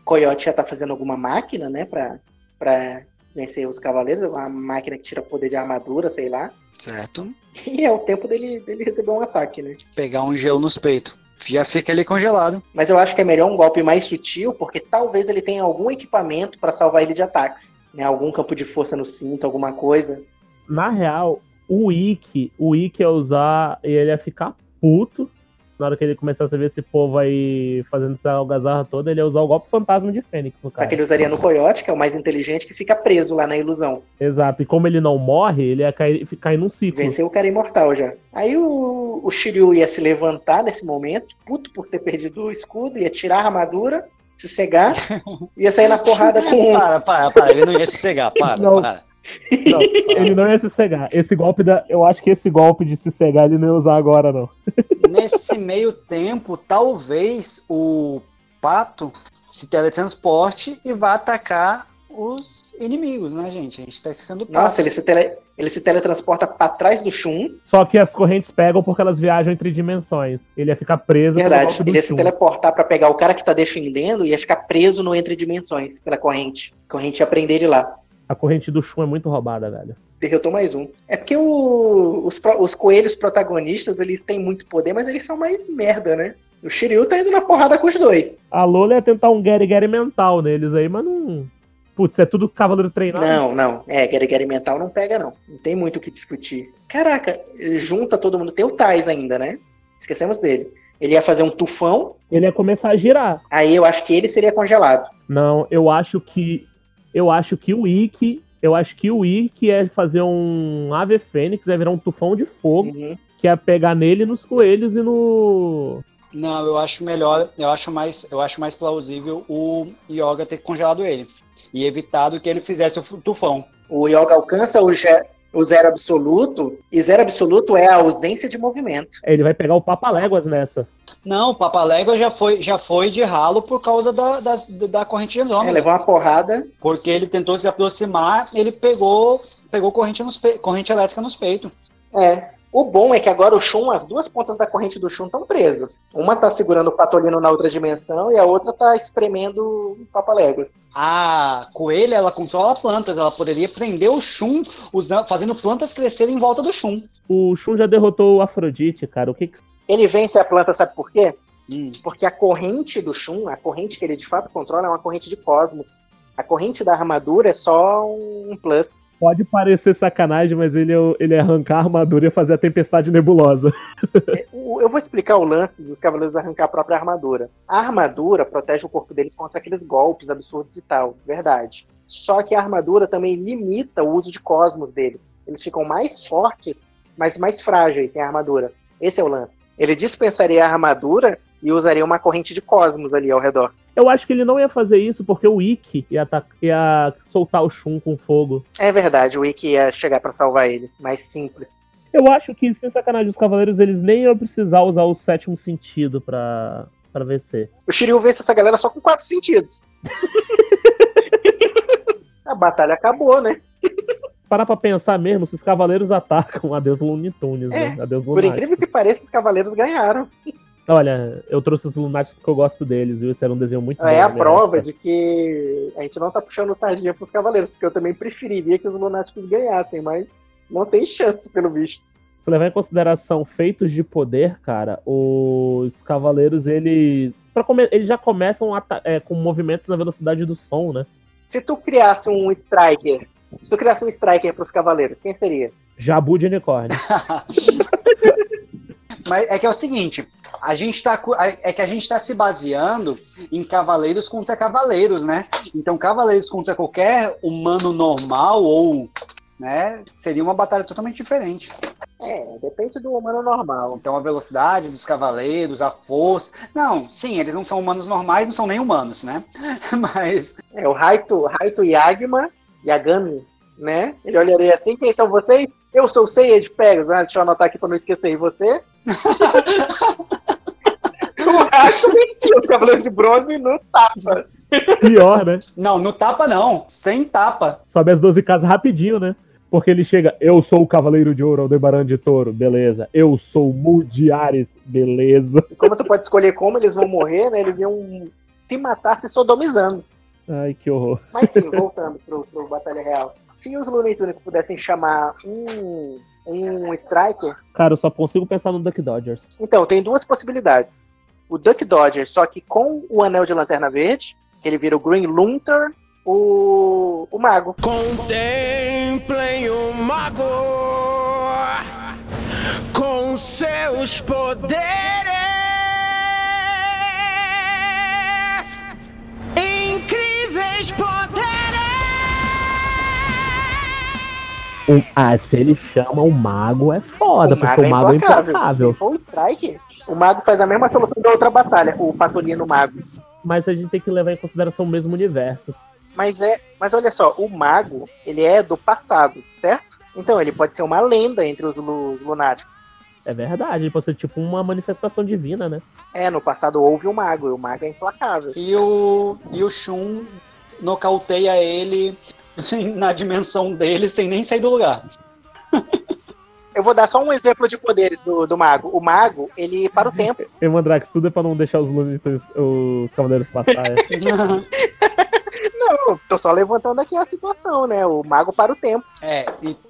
Speaker 2: Coyote já tá fazendo alguma máquina, né, pra, pra vencer os cavaleiros, uma máquina que tira poder de armadura, sei lá.
Speaker 3: Certo?
Speaker 2: E é o tempo dele, dele receber um ataque, né?
Speaker 3: Pegar um gelo nos peitos. Já fica ali congelado.
Speaker 2: Mas eu acho que é melhor um golpe mais sutil, porque talvez ele tenha algum equipamento pra salvar ele de ataques. Né? Algum campo de força no cinto, alguma coisa.
Speaker 4: Na real, o Ikki, o Ikki ia usar, ele ia ficar puto na hora que ele começasse a ver esse povo aí fazendo essa algazarra toda, ele ia usar o golpe fantasma de Fênix, no
Speaker 2: Só
Speaker 4: caso.
Speaker 2: que ele usaria no coiote, que é o mais inteligente, que fica preso lá na ilusão.
Speaker 4: Exato. E como ele não morre, ele ia cair, cair num ciclo.
Speaker 2: Venceu o cara imortal já. Aí o, o Shiryu ia se levantar nesse momento, puto por ter perdido o escudo, ia tirar a armadura, se cegar, ia sair na porrada com um.
Speaker 3: Para, para, para. Ele não ia se cegar. Para,
Speaker 4: Não.
Speaker 3: para.
Speaker 4: Não, ele não ia se cegar. Esse golpe da. Eu acho que esse golpe de se cegar ele não ia usar agora, não.
Speaker 3: Nesse meio tempo, talvez o pato se teletransporte e vá atacar os inimigos, né, gente? A gente tá esquecendo o pato.
Speaker 2: Nossa, ele se, tele- ele se teletransporta pra trás do Shun.
Speaker 4: Só que as correntes pegam porque elas viajam entre dimensões. Ele ia ficar preso pelo
Speaker 2: Verdade.
Speaker 4: golpe do
Speaker 2: Ele ia se
Speaker 4: Shun.
Speaker 2: teleportar pra pegar o cara que tá defendendo e ia ficar preso no Entre Dimensões pela corrente. A corrente ia prender ele lá.
Speaker 4: A corrente do Shun é muito roubada, velho.
Speaker 2: Derrotou mais um. É porque o- os, pro- os coelhos protagonistas, eles têm muito poder, mas eles são mais merda, né? O Shiryu tá indo na porrada com os dois.
Speaker 4: A Lola ia tentar um Gary Gary mental neles aí, mas não. Putz, é tudo cavaleiro treinado.
Speaker 2: Não, não. É, Gary Gary Mental não pega, não. Não tem muito o que discutir. Caraca, junta todo mundo. Tem o Tais ainda, né? Esquecemos dele. Ele ia fazer um tufão,
Speaker 4: Ele ia começar a girar.
Speaker 2: aí eu acho que ele seria congelado.
Speaker 4: Não, eu acho que. Eu acho que o Ikki. Eu acho que o Ikki é fazer um Ave Fênix, é virar um tufão de fogo, que é pegar nele nos coelhos e no.
Speaker 3: Não, eu acho melhor, eu acho mais, eu acho mais plausível o Yoga ter congelado ele e evitado que ele fizesse o fu- tufão.
Speaker 2: O Yoga alcança o, ge- o zero absoluto, e zero absoluto é a ausência de movimento.
Speaker 4: Ele vai pegar o Papa Léguas nessa.
Speaker 3: Não, o Papalégua já foi, já foi de ralo por causa da, das- da corrente de
Speaker 2: É,
Speaker 3: Andrômeda,
Speaker 2: levou uma porrada,
Speaker 3: porque ele tentou se aproximar, ele pegou, pegou corrente, nos pe- corrente elétrica nos peitos.
Speaker 2: É. O bom é que agora o Shun, as duas pontas da corrente do Shun estão presas. Uma tá segurando o patolino na outra dimensão e a outra tá espremendo o papaléguas.
Speaker 3: A coelha, ela controla plantas, ela poderia prender o chum usando, fazendo plantas crescerem em volta do chum.
Speaker 4: O Shun já derrotou o Afrodite, cara. O que que.
Speaker 2: Ele vence a planta, sabe por quê?
Speaker 3: Hum.
Speaker 2: Porque a corrente do Shun, a corrente que ele de fato controla, é uma corrente de cosmos. A corrente da armadura é só um plus.
Speaker 4: Pode parecer sacanagem, mas ele, é o- ele é arrancar a armadura e fazer a tempestade nebulosa.
Speaker 2: O- Eu vou explicar o lance dos cavaleiros arrancar a própria armadura. A armadura protege o corpo deles contra aqueles golpes absurdos e tal, verdade. Só que a armadura também limita o uso de cosmos deles. Eles ficam mais fortes, mas mais frágeis sem a armadura. Esse é o lance. Ele dispensaria a armadura e usaria uma corrente de cosmos ali ao redor.
Speaker 4: Eu acho que ele não ia fazer isso porque o Ikki ia, atac- ia soltar o Shun com fogo.
Speaker 2: É verdade, o Ikki ia chegar pra salvar ele. Mais simples.
Speaker 4: Eu acho que, sem sacanagem, os Cavaleiros eles nem iam precisar usar o sétimo sentido pra, pra vencer.
Speaker 2: O Shiryu vence essa galera só com quatro sentidos. a batalha acabou, né?
Speaker 4: Parar pra pensar mesmo se os Cavaleiros atacam a Deus Lunitunes, né? A Deus
Speaker 2: É, Por incrível que pareça, os cavaleiros ganharam.
Speaker 4: Olha, eu trouxe os Lunáticos porque eu gosto deles, viu? Esse era um desenho muito bom
Speaker 2: É
Speaker 4: na
Speaker 2: a
Speaker 4: minha
Speaker 2: prova
Speaker 4: época.
Speaker 2: de que a gente não tá puxando sardinha pros cavaleiros, porque eu também preferiria que os lunáticos ganhassem, mas não tem chance, pelo visto.
Speaker 4: Se levar em consideração feitos de poder, cara, os Cavaleiros, eles... pra come- Eles já começam ata- é, com movimentos na velocidade do som, né?
Speaker 2: Se tu criasse um striker, se tu criasse um striker pros cavaleiros, quem seria?
Speaker 4: Jabu de unicórnio.
Speaker 3: Mas é que é o seguinte, a gente tá, cu- é que a gente está se baseando em cavaleiros contra cavaleiros, né? Então, cavaleiros contra qualquer humano normal ou, né, seria uma batalha totalmente diferente.
Speaker 2: É, depende do humano normal.
Speaker 3: Então, a velocidade dos cavaleiros, a força, não, sim, eles não são humanos normais, não são nem humanos, né? Mas
Speaker 2: É, o Raito, Raito Yagma, Yagami, né? Ele olharia assim, quem são vocês? Eu sou o Seiya de Pegasus, ah, deixa eu anotar aqui pra não esquecer, e você? o Raito vencia o Cavaleiro de Bronze né? no tapa.
Speaker 4: Pior, né?
Speaker 3: não, no tapa não, sem tapa.
Speaker 4: sobe as 12 casas rapidinho, né? Porque ele chega, eu sou o Cavaleiro de Ouro, Aldebaran de Touro, beleza. Eu sou o Mu de Ares, beleza.
Speaker 2: como tu pode escolher como eles vão morrer, né? Eles iam se matar se sodomizando.
Speaker 4: Ai, que horror.
Speaker 2: Mas sim, voltando pro, pro Batalha Real. Se os Looney Tunes pudessem chamar um, um Striker,
Speaker 4: Cara, eu só consigo pensar no Duck Dodgers.
Speaker 2: então, tem duas possibilidades. O Duck Dodger, só que com o Anel de Lanterna Verde, que ele vira o Green Lunter, o, o Mago.
Speaker 1: Contemplem o mago com seus poderes.
Speaker 4: Um- ah, se ele chama o mago é foda, porque o mago é implacável.
Speaker 2: Se for um strike, o mago faz a mesma solução da outra batalha, o Patolino Mago.
Speaker 4: Mas a gente tem que levar em consideração o mesmo universo.
Speaker 2: Mas é. Mas olha só, o mago, ele é do passado, certo? Então ele pode ser uma lenda entre os, lu- os lunáticos.
Speaker 4: É verdade, ele pode ser tipo uma manifestação divina, né?
Speaker 2: É, no passado houve um mago, e o mago é implacável.
Speaker 3: E o, e o Shun nocauteia ele na dimensão dele sem nem sair do lugar.
Speaker 2: Eu vou dar só um exemplo de poderes do, do mago. O mago, ele para o tempo.
Speaker 4: E Mandrax, tudo é pra não deixar os Lumitas, os Cavaleiros é. passarem.
Speaker 2: Não, tô só levantando aqui a situação, né? O mago para o tempo.
Speaker 3: é, e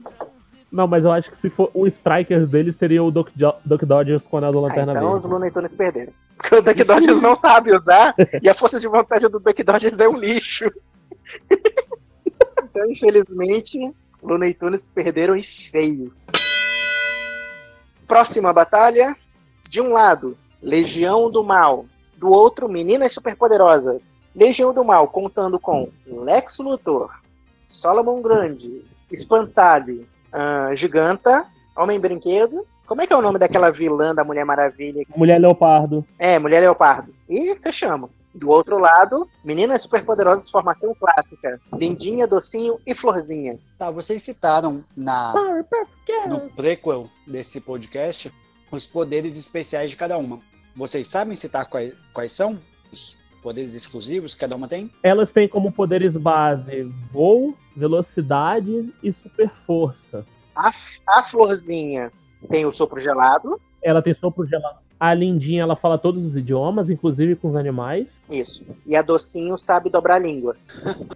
Speaker 4: Não, mas eu acho que se for o Striker dele seria o Duck, Jo- Duck Dodgers com a do
Speaker 2: Ah,
Speaker 4: Lanterna
Speaker 2: então os
Speaker 4: Verde.
Speaker 2: Looney Tunes perderam. Porque o Duck Dodgers não sabe usar, e a força de vontade do Duck Dodgers é um lixo. então, infelizmente, Looney Tunes perderam e feio. Próxima batalha. De um lado, Legião do Mal. Do outro, Meninas Superpoderosas. Legião do Mal contando com Lex Luthor, Solomon Grande, Espantalho, ah, Giganta, Homem Brinquedo. Como é que é o nome daquela vilã da Mulher Maravilha
Speaker 4: Mulher Leopardo.
Speaker 2: é, Mulher Leopardo. E fechamos. Do outro lado, Meninas Superpoderosas Formação Clássica. Lindinha, Docinho e Florzinha.
Speaker 3: tá, vocês citaram na,
Speaker 4: Não.
Speaker 3: no prequel desse podcast os poderes especiais de cada uma. Vocês sabem citar quais, quais são os poderes exclusivos que cada uma tem?
Speaker 4: Elas têm como poderes base voo, velocidade e super força.
Speaker 2: A, a Florzinha tem o sopro gelado.
Speaker 4: Ela tem sopro gelado. A Lindinha, ela fala todos os idiomas, inclusive com os animais.
Speaker 2: Isso. E a Docinho sabe dobrar a língua.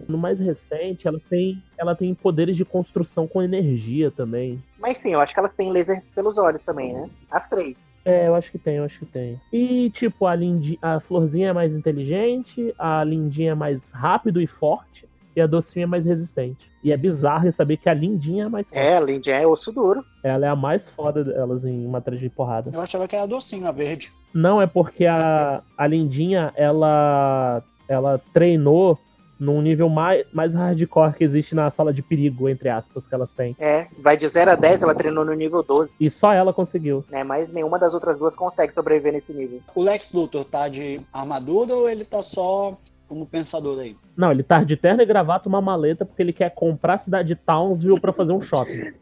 Speaker 4: No mais recente, ela tem, ela tem poderes de construção com energia também.
Speaker 2: Mas sim, eu acho que elas têm laser pelos olhos também, né? As três.
Speaker 4: É, eu acho que tem, eu acho que tem. E, tipo, a, Lindi... a florzinha é mais inteligente, a lindinha é mais rápido e forte, e a docinha é mais resistente. E é bizarro saber que a lindinha é a mais forte.
Speaker 2: É, a Lindinha é osso duro.
Speaker 4: Ela é a mais foda delas em matéria de porrada.
Speaker 3: Eu achava que era docinho, a verde.
Speaker 4: Não, é porque a, a lindinha, ela, ela treinou num nível mais, mais hardcore que existe na sala de perigo, entre aspas, que elas têm.
Speaker 2: É, vai de 0 a 10, ela treinou no nível 12,
Speaker 4: E só ela conseguiu.
Speaker 2: né? Mas nenhuma das outras duas consegue sobreviver nesse nível.
Speaker 3: O Lex Luthor tá de armadura ou ele tá só como pensador aí?
Speaker 4: Não, ele tá de terno e gravata, uma maleta, porque ele quer comprar a cidade de Townsville pra fazer um shopping.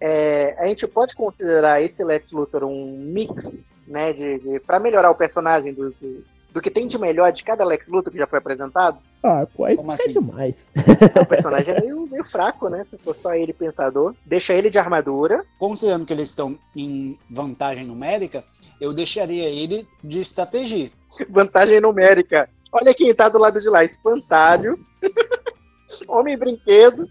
Speaker 2: É, a gente pode considerar esse Lex Luthor um mix, né, de, de para melhorar o personagem do, do, do que tem de melhor de cada Lex Luthor que já foi apresentado.
Speaker 4: Ah, pô, aí
Speaker 3: Como
Speaker 4: é
Speaker 3: assim?
Speaker 4: demais.
Speaker 2: O personagem é meio, meio fraco, né? Se for só ele pensador, deixa ele de armadura.
Speaker 3: Considerando que eles estão em vantagem numérica, eu deixaria ele de estratégia.
Speaker 2: Vantagem numérica. Olha quem tá do lado de lá, espantalho. Homem brinquedo.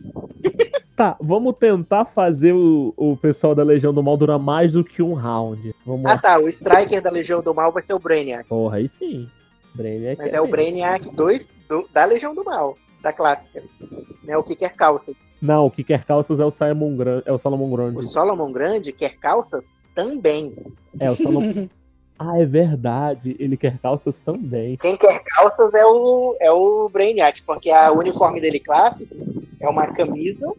Speaker 4: Tá, vamos tentar fazer o, o pessoal da Legião do Mal durar mais do que um round. Vamos
Speaker 2: Ah
Speaker 4: lá.
Speaker 2: tá, o Striker da Legião do Mal vai ser o Brainiac.
Speaker 4: Porra, aí sim. Brainiac
Speaker 2: Ah. Mas é o
Speaker 4: bem.
Speaker 2: Brainiac 2 do- da Legião do Mal, da clássica. Né, o que quer calça.
Speaker 4: Não, o que quer calças é o Simon Grande. É o Salomon Grande.
Speaker 2: O Solomon Grande quer calça também.
Speaker 4: É, o Salomon... ah, é verdade. Ele quer calças também.
Speaker 2: Quem quer calças é o, é o Brainiac, porque a uniforme dele clássico é uma camisa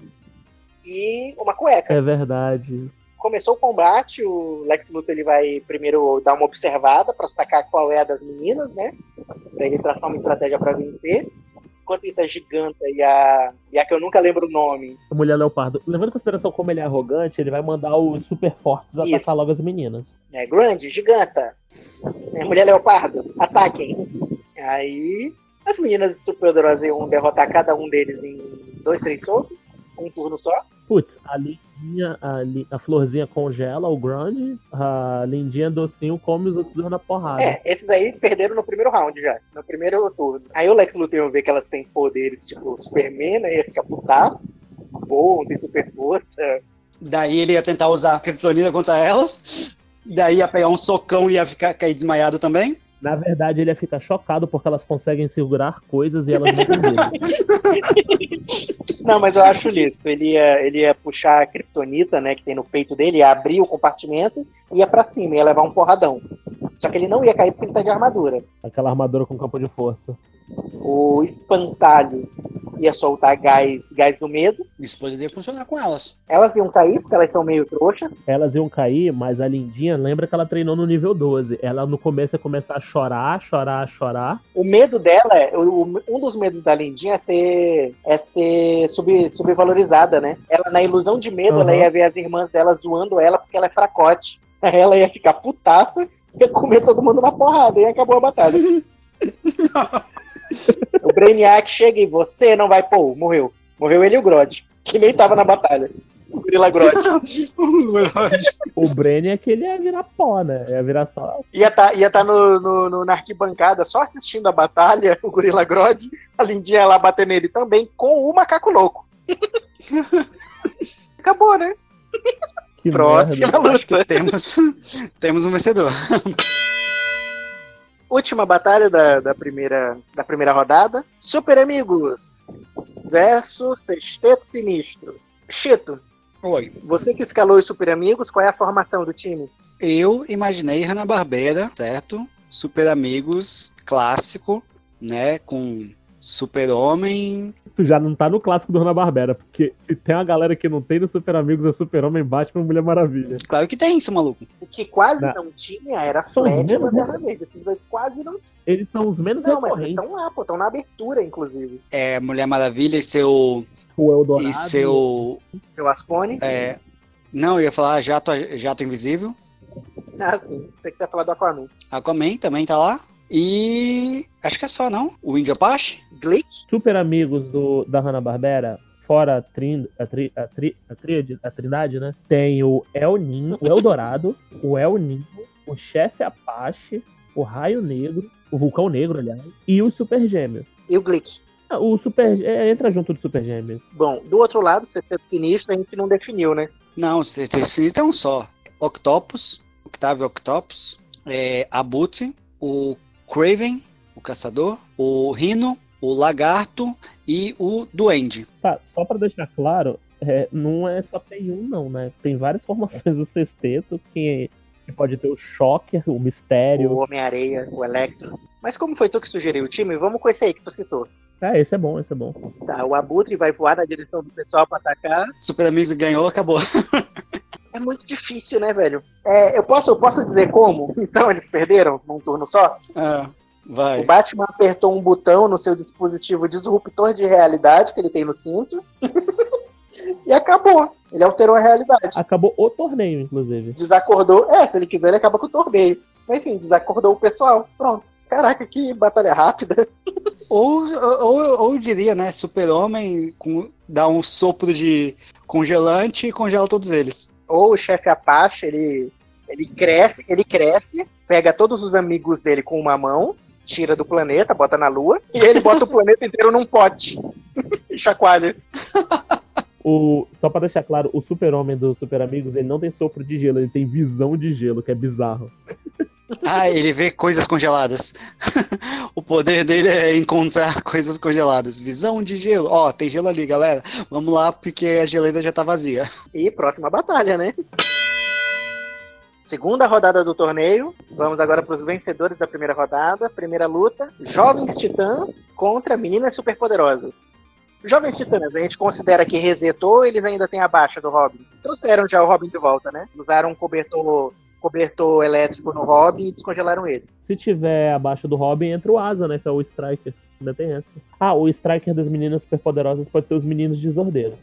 Speaker 2: e uma cueca.
Speaker 4: É verdade.
Speaker 2: Começou o combate, o Lex Luthor ele vai primeiro dar uma observada para sacar qual é a das meninas, né? Pra ele traçar uma estratégia para vencer. Enquanto isso, a giganta e a, e a que eu nunca lembro o nome.
Speaker 4: A mulher leopardo. Levando em consideração como ele é arrogante, ele vai mandar os super fortes
Speaker 2: Isso.
Speaker 4: atacar logo as meninas.
Speaker 2: né? Grande, giganta, né? mulher leopardo, ataquem. Aí as meninas superpoderosas iam derrotar cada um deles em dois, três socos, um turno só.
Speaker 4: Putz, a lindinha, a, li- a florzinha congela o grande, a lindinha docinho come os outros dois na porrada.
Speaker 2: É, esses aí perderam no primeiro round já, no primeiro turno. Aí o Lex Luthor ia ver que elas têm poderes tipo Superman, né? Ia ficar putaço. Boa, tem super força.
Speaker 3: Daí ele ia tentar usar a criptonina contra elas. Daí ia pegar um socão e ia ficar, cair desmaiado também.
Speaker 4: Na verdade, ele ia ficar chocado porque elas conseguem segurar coisas e elas não têm medo.
Speaker 2: Não, mas eu acho listo. Ele ia, ele ia puxar a criptonita, né, que tem no peito dele, ia abrir o compartimento e ia pra cima, ia levar um porradão. Só que ele não ia cair porque ele tá de armadura.
Speaker 4: Aquela armadura com campo de força.
Speaker 2: O espantalho ia soltar gás, gás do medo.
Speaker 3: Isso poderia funcionar com elas.
Speaker 2: Elas iam cair, porque elas são meio trouxas.
Speaker 4: Elas iam cair, mas a Lindinha lembra que ela treinou no nível 12. Ela no começo ia começar a chorar, chorar, chorar.
Speaker 2: O medo dela, é- o- um dos medos da Lindinha é ser, é ser sub, subvalorizada, né? Ela, na ilusão de medo, ela
Speaker 4: Aham.
Speaker 2: ia ver as irmãs dela zoando ela porque ela é fracote. Aí ela ia ficar putaça, ia comer todo mundo na porrada e acabou a batalha. o Brainiac chega e você não vai pôr, morreu. Morreu ele e o Grod, que nem tava na batalha. O Gorila Grod.
Speaker 4: O Brenner é que ele ia virar pó, né? Ia virar só.
Speaker 2: Ia estar ia tá no, no- no- na arquibancada só assistindo a batalha, o Gorila Grodd, a Lindinha lá bater nele também, com o Macaco Louco. Acabou, né?
Speaker 4: Que
Speaker 2: Próxima
Speaker 4: merda. né?
Speaker 3: Acho
Speaker 2: luta.
Speaker 3: que temos, temos um vencedor.
Speaker 2: Última batalha da, da primeira, da primeira rodada. Super Amigos versus Sexteto Sinistro. Chito,
Speaker 3: Oi.
Speaker 2: você que escalou os Super Amigos, qual é a formação do time?
Speaker 3: Eu imaginei Hanna-Barbera, certo? Super Amigos, clássico, né? Com Super-Homem,
Speaker 4: Tu já não tá no clássico do Hanna Barbera, porque se tem uma galera que não tem no Super Amigos é Super Homem, Batman, Mulher Maravilha.
Speaker 3: Claro que tem, seu maluco.
Speaker 2: O que quase
Speaker 4: Na-
Speaker 2: não, tinha era
Speaker 4: São os
Speaker 2: Flash e
Speaker 4: mesmos, né? é
Speaker 2: Lanterna Verde. Esses dois quase não tinham.
Speaker 4: Eles são os menos
Speaker 2: Não, mas então é eles
Speaker 4: recorrentes.
Speaker 2: estão lá, pô. Estão na abertura, inclusive.
Speaker 3: É Mulher Maravilha e seu.
Speaker 4: O Eldorado.
Speaker 3: E seu.
Speaker 2: Seu Ascone.
Speaker 3: é, não, eu ia falar Jato, Jato Invisível.
Speaker 2: Ah, sim. Você que tá falando do Aquaman.
Speaker 3: Aquaman também tá lá. E. Acho que é só, não? O Índio Apache?
Speaker 2: Glick?
Speaker 4: Super Amigos do, da Hanna-Barbera, fora a, trin, a, tri, a, tri, a, tríade- a Trindade, né? Tem o El Ninho, o Eldorado, o El Ninho, o Chefe Apache, o Raio Negro, o Vulcão Negro, aliás, e os Super Gêmeos.
Speaker 2: E o Glick.
Speaker 4: Ah, O Super... é, entra junto do Super Gêmeos.
Speaker 2: Bom, do outro lado, Sexteto Sinistro, a gente não definiu, né?
Speaker 3: Não, Sinistro é um só. Octopus, Octavio Octopus, é, Abut, o Craven, o Caçador, o Rino, o Lagarto e o Duende.
Speaker 4: Tá, só pra deixar claro, é, não é só tem um, não, né? Tem várias formações do sexteto, que, que pode ter o Shocker, o Mistério.
Speaker 2: O Homem-Areia, o Electro. Mas como foi tu que sugeriu o time, vamos com esse aí que tu citou.
Speaker 4: Ah, esse é bom, esse é bom.
Speaker 2: Tá, o Abutre vai voar na direção do pessoal pra atacar.
Speaker 3: Super Amigos ganhou, acabou.
Speaker 2: É muito difícil, né, velho? É, eu, posso, eu posso dizer como? Então eles perderam num turno só?
Speaker 3: Ah, vai.
Speaker 2: O Batman apertou um botão no seu dispositivo disruptor de realidade que ele tem no cinto. e acabou. Ele alterou a realidade.
Speaker 4: Acabou o torneio, inclusive.
Speaker 2: desacordou. É, se ele quiser, ele acaba com o torneio. Mas sim, desacordou o pessoal. Pronto. Caraca, que batalha rápida.
Speaker 3: Ou, ou, ou eu diria, né? Super-Homem com- dá um sopro de congelante e congela todos eles.
Speaker 2: Ou o chefe Apache, ele, ele cresce, ele cresce, pega todos os amigos dele com uma mão, tira do planeta, bota na lua, e ele bota o planeta inteiro num pote. E chacoalha.
Speaker 4: O, só pra deixar claro, o super-homem do Super Amigos, ele não tem sopro de gelo, ele tem visão de gelo, que é bizarro.
Speaker 3: Ah, ele vê coisas congeladas. o poder dele é encontrar coisas congeladas. Visão de gelo. Ó, tem gelo ali, galera. Vamos lá, porque a geleira já tá vazia.
Speaker 2: E próxima batalha, né? Segunda rodada do torneio. Vamos agora para os vencedores da primeira rodada. Primeira luta: Jovens Titãs contra Meninas Superpoderosas. Jovens Titãs, a gente considera que resetou, eles ainda têm a baixa do Robin. Trouxeram já o Robin de volta, né? Usaram um cobertor, cobertor elétrico no Robin e descongelaram ele.
Speaker 4: Se tiver abaixo do Robin, entra o Asa, né? Que é o Striker. Ainda tem essa. Ah, o Striker das meninas superpoderosas pode ser os meninos desordeiros.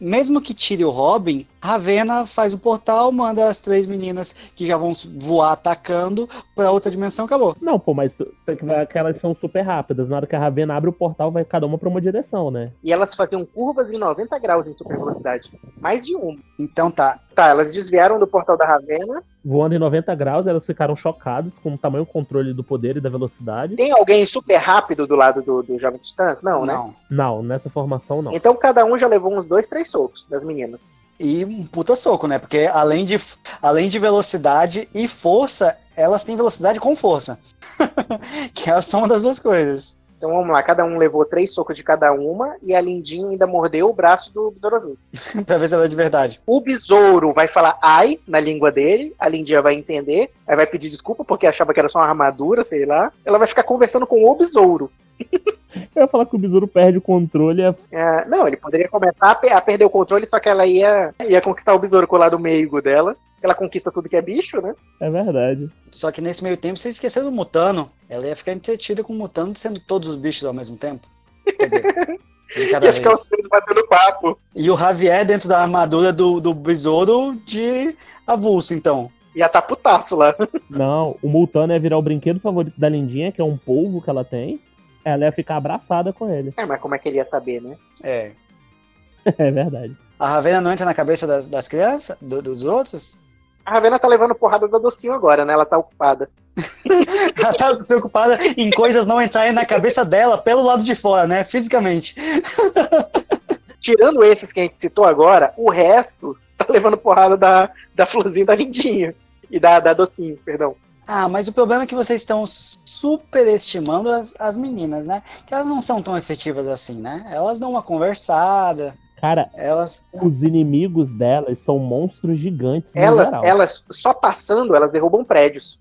Speaker 3: Mesmo que tire o Robin, Ravena faz o portal, manda as três meninas que já vão voar atacando pra outra dimensão, acabou.
Speaker 4: Não, pô, mas tu- tem que ver aquelas são super rápidas. Na hora que a Ravena abre o portal, vai cada uma pra uma direção, né?
Speaker 2: E elas faziam curvas em 90 graus em super velocidade. Mais de uma.
Speaker 3: Então tá.
Speaker 2: Tá, elas desviaram do portal da Ravena.
Speaker 4: Voando em 90 graus, elas ficaram chocadas com o tamanho controle do poder e da velocidade.
Speaker 2: Tem alguém super rápido do lado do, do Jovens Titãs? Não, né?
Speaker 3: não.
Speaker 4: Não, nessa formação não.
Speaker 2: Então cada um já levou uns dois, três socos das meninas.
Speaker 3: E um puta soco, né? Porque além de, além de velocidade e força, elas têm velocidade com força. que é a soma das duas coisas.
Speaker 2: Então vamos lá, cada um levou três socos de cada uma e a Lindinha ainda mordeu o braço do Besouro Azul.
Speaker 3: pra ver se ela é de verdade.
Speaker 2: O besouro vai falar ai na língua dele, a Lindinha vai entender, aí vai pedir desculpa porque achava que era só uma armadura, sei lá. Ela vai ficar conversando com o besouro.
Speaker 4: Eu ia falar que o besouro perde o controle. É...
Speaker 2: É, não, ele poderia começar a, pe- a perder o controle, só que ela ia, ia conquistar o besouro com o lado meigo dela. Ela conquista tudo que é bicho, né?
Speaker 4: é verdade.
Speaker 3: Só que nesse meio tempo, você esqueceu do Mutano. Ela ia ficar entretida com o Mutano sendo todos os bichos ao mesmo tempo. Quer dizer, de cada
Speaker 2: Ia ficar
Speaker 3: vez.
Speaker 2: os três batendo papo.
Speaker 3: E o Javier dentro da armadura do, do besouro de avulso, então.
Speaker 2: Ia tá putaço lá.
Speaker 4: Não, o Multano ia virar o brinquedo favorito da Lindinha, que é um polvo que ela tem. Ela ia ficar abraçada com ele.
Speaker 2: É, mas como é que ele ia saber, né?
Speaker 3: É.
Speaker 4: É verdade.
Speaker 3: A Ravena não entra na cabeça das, das crianças? Do- dos outros?
Speaker 2: A Ravena tá levando porrada da docinho agora, né? Ela tá ocupada.
Speaker 3: Ela tá preocupada em coisas não entrarem na cabeça dela pelo lado de fora, né? Fisicamente.
Speaker 2: Tirando esses que a gente citou agora, o resto tá levando porrada da, da florzinha e da lindinha. E da, da docinho, perdão.
Speaker 3: Ah, mas o problema é que vocês estão superestimando as, as meninas, né? Que elas não são tão efetivas assim, né? Elas dão uma conversada,
Speaker 4: Cara,
Speaker 3: elas.
Speaker 4: os inimigos delas são monstros gigantes. no
Speaker 2: Elas,
Speaker 4: geral.
Speaker 2: elas, só passando, elas derrubam prédios.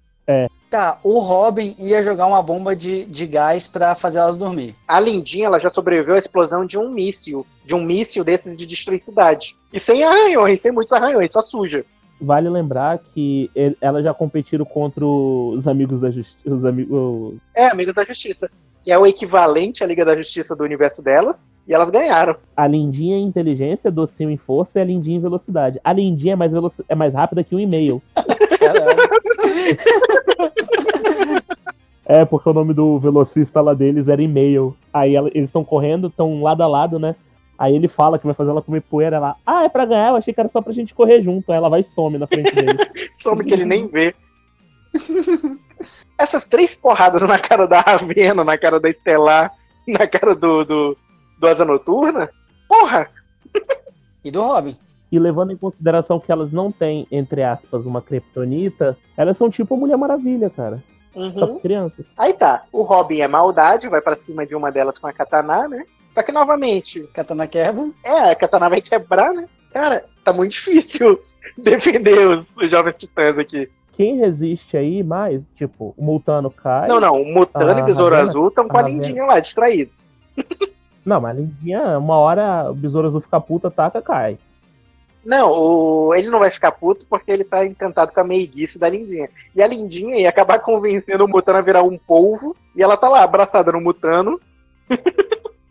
Speaker 3: Tá, o Robin ia jogar uma bomba de, de gás pra fazer elas dormir.
Speaker 2: A Lindinha, ela já sobreviveu à explosão de um míssil. De um míssil desses de destruir cidade. E sem arranhões, sem muitos arranhões, só suja.
Speaker 4: Vale lembrar que el- elas já competiram contra os amigos da justiça. Os amigos.
Speaker 2: É, Amigos da Justiça. Que é o equivalente à Liga da Justiça do universo delas. E elas ganharam.
Speaker 4: A lindinha em inteligência, docinho em força e a lindinha em velocidade. A lindinha é mais, velo... é mais rápida que um e-mail.
Speaker 3: Caralho.
Speaker 4: É, porque o nome do velocista lá deles era e-mail. Aí ela- eles estão correndo, estão lado a lado, né? Aí ele fala que vai fazer ela comer poeira lá. Ah, é pra ganhar, eu achei que era só pra gente correr junto. Aí ela vai e some na frente dele.
Speaker 2: Some que ele nem vê. Essas três porradas na cara da Ravena, na cara da Estelar, na cara do, do, do Asa Noturna. Porra!
Speaker 3: E do Robin.
Speaker 4: E levando em consideração que elas não têm, entre aspas, uma criptonita, elas são tipo a Mulher Maravilha, cara. Só que crianças.
Speaker 2: Aí tá, o Robin é maldade, vai pra cima de uma delas com a katana, né? Só que novamente,
Speaker 3: Katana quebra.
Speaker 2: é, a katana vai quebrar, né? Cara, tá muito difícil defender os, os jovens titãs aqui.
Speaker 4: Quem resiste aí mais, tipo, o Multano cai.
Speaker 2: Não, não, o Mutano
Speaker 4: Ah,
Speaker 2: e o Besouro
Speaker 4: Ravena.
Speaker 2: Azul estão com a
Speaker 4: Ravena.
Speaker 2: lindinha lá, distraídos.
Speaker 4: Não, mas a Lindinha, uma hora o Besouro Azul fica puta, ataca, cai.
Speaker 2: Não, o- ele não vai ficar puto porque ele tá encantado com a meiguice da Lindinha. E a Lindinha ia acabar convencendo o Mutano a virar um polvo, e ela tá lá, abraçada no Mutano.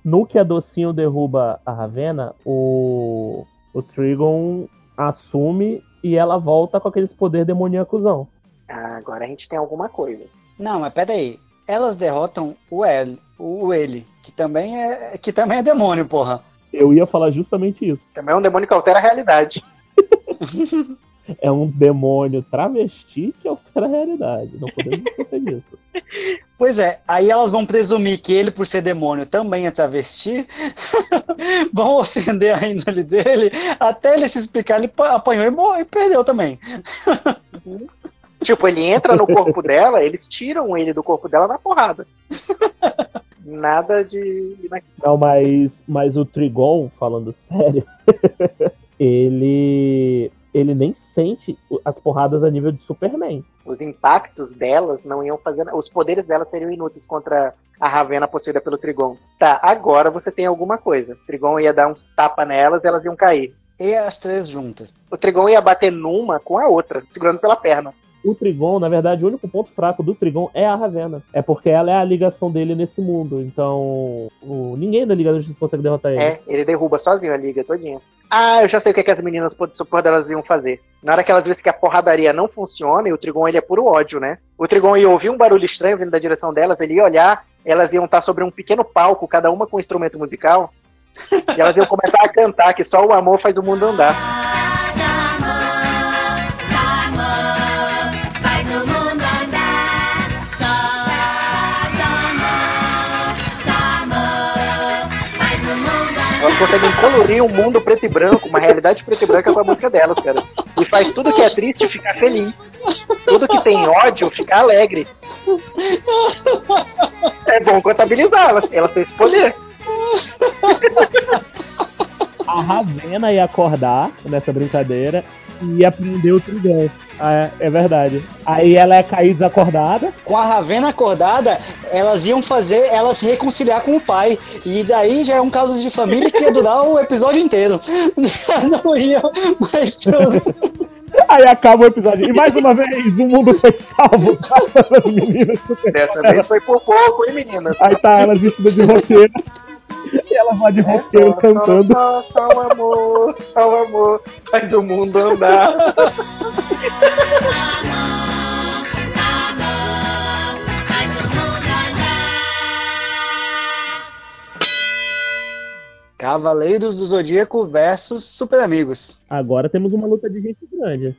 Speaker 4: No que a Docinho derruba a Ravena, o, o Trigon assume e ela volta com aqueles poder demoníacozão.
Speaker 2: Ah, agora a gente tem alguma coisa.
Speaker 3: Não, mas peraí. Elas derrotam o El, o ele, que também é que também é demônio, porra.
Speaker 4: Eu ia falar justamente isso.
Speaker 2: Também é um demônio que altera a realidade.
Speaker 4: É um demônio travesti que altera a realidade. Não podemos esquecer disso.
Speaker 3: Pois é, aí elas vão presumir que ele, por ser demônio, também é travesti, vão ofender a índole dele, até ele se explicar, ele pa- apanhou e, mo- e perdeu também.
Speaker 2: Tipo, ele entra no corpo dela, eles tiram ele do corpo dela na porrada. Nada de. né,
Speaker 4: Não, mas, mas o Trigon, falando sério, ele. ele nem sente o- as porradas a nível de Superman.
Speaker 2: Os impactos delas não iam fazer. Os poderes delas seriam inúteis contra a Ravena possuída pelo Trigon. Tá, agora você tem alguma coisa. O Trigon ia dar uns tapas nelas e elas iam cair.
Speaker 3: E as três juntas.
Speaker 2: O Trigon ia bater numa com a outra, segurando pela perna.
Speaker 4: O Trigon, na verdade, o único ponto fraco do Trigon é a Ravena. É porque ela é a ligação dele nesse mundo. Então, o- ninguém da Liga da Justiça consegue derrotar ele.
Speaker 2: É, ele derruba sozinho a liga todinha. Ah, eu já sei o que, é que as meninas pod- poderosas iam fazer. Na hora que elas vissem que a porradaria não funciona, e o Trigon ele é puro ódio, né? O Trigon ia ouvir um barulho estranho vindo da direção delas, ele ia olhar, elas iam estar sobre um pequeno palco, cada uma com um instrumento musical, e elas iam começar a cantar que só o amor faz o mundo andar.
Speaker 6: Faz o mundo andar, só, só amor, só amor, faz o mundo andar.
Speaker 2: Elas conseguem colorir o mundo preto e branco, uma realidade preto e branca com a música delas, cara. E faz tudo que é triste ficar feliz. Tudo que tem ódio ficar alegre. É bom contabilizar, elas, elas têm esse poder.
Speaker 4: A Ravena ia acordar nessa brincadeira e ia prender o Trigão. Ah, É, é verdade. Aí ela ia cair desacordada.
Speaker 3: Com a Ravena acordada, elas iam fazer ela se reconciliar com o pai. E daí já é um caso de família que ia durar o episódio inteiro. Não ia mais ter os-
Speaker 4: Aí acaba o episódio. E mais uma vez, o mundo foi salvo. As meninas.
Speaker 2: Dessa vez foi por pouco, hein, meninas?
Speaker 4: Aí tá ela vestida de roqueira. E ela vai de
Speaker 2: É
Speaker 4: roqueiro
Speaker 2: só,
Speaker 4: cantando.
Speaker 2: Só, só, só o amor, só o amor, faz o mundo andar.
Speaker 6: Amor, amor, faz o mundo andar.
Speaker 3: Cavaleiros do Zodíaco versus Super Amigos.
Speaker 4: Agora temos uma luta de gente grande.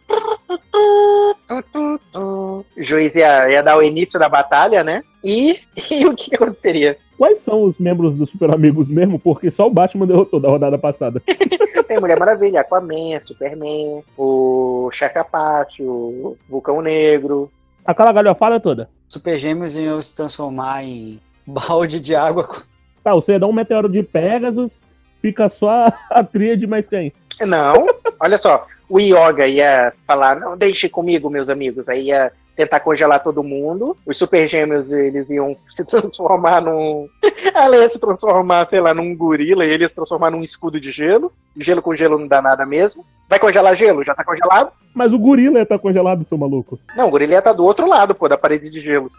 Speaker 2: O juiz ia, ia dar o início da batalha, né? E, e o que aconteceria?
Speaker 4: Quais são os membros dos Super Amigos mesmo? Porque só o Batman derrotou da rodada passada.
Speaker 2: Tem Mulher Maravilha, Aquaman, Superman, o Chacapate, o Vulcão Negro.
Speaker 4: Aquela galhofada toda.
Speaker 3: Super Gêmeos iam se transformar em balde de água. com-
Speaker 4: Tá, você dá um meteoro de Pegasus, fica só a, a tríade mais quem?
Speaker 2: Não, olha só, o Yoga ia falar, não, deixe comigo, meus amigos. Aí ia tentar congelar todo mundo. Os super gêmeos, eles iam se transformar num... Ela ia se transformar, sei lá, num gorila e ele ia se transformar num escudo de gelo. Gelo com gelo não dá nada mesmo. Vai congelar gelo? Já tá congelado?
Speaker 4: Mas o gorila ia tá congelado, seu maluco.
Speaker 2: Não, o gorila ia tá do outro lado, pô, da parede de gelo.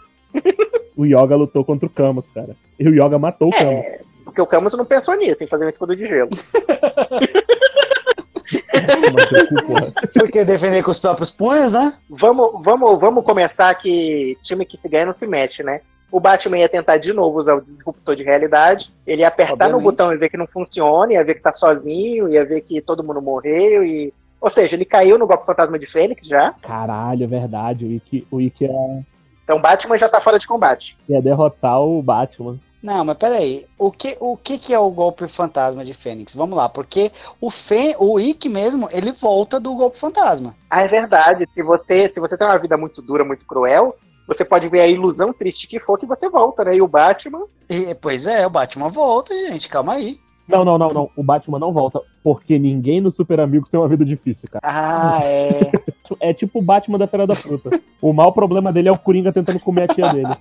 Speaker 4: O Yoga lutou contra o Camus, cara. E o Yoga matou o Camus.
Speaker 2: É, porque o Camus não pensou nisso, em fazer um escudo de gelo.
Speaker 4: Mas eu cu, porra.
Speaker 3: Porque defender com os próprios punhos, né?
Speaker 2: Vamos, vamos, vamos começar que time que se ganha não se mete, né? O Batman ia tentar de novo usar o disruptor de realidade. Ele ia apertar no
Speaker 3: Obviamente.
Speaker 2: botão e ver que não funciona, ia ver que tá sozinho, ia ver que todo mundo morreu e. Ou seja, ele caiu no golpe fantasma de Fênix já.
Speaker 4: Caralho, é verdade. O Ikki, o Ikki ia,
Speaker 2: Então o Batman já tá fora de combate.
Speaker 4: ia derrotar o Batman.
Speaker 3: Não, mas peraí. O que, o que, que é o golpe fantasma de Fênix? Vamos lá, porque o, Fê, o Ikki mesmo, ele volta do golpe fantasma.
Speaker 2: Ah, é verdade. Se você, se você tem uma vida muito dura, muito cruel, você pode ver a ilusão triste que for que você volta, né? E o Batman.
Speaker 3: E, pois é, o Batman volta, gente, calma aí.
Speaker 4: Não, não, não, não. O Batman não volta. Porque ninguém nos Super Amigos tem uma vida difícil, cara.
Speaker 3: Ah, é.
Speaker 4: É tipo o Batman da Feira da Fruta. O mau problema dele é o Coringa tentando comer a tia dele.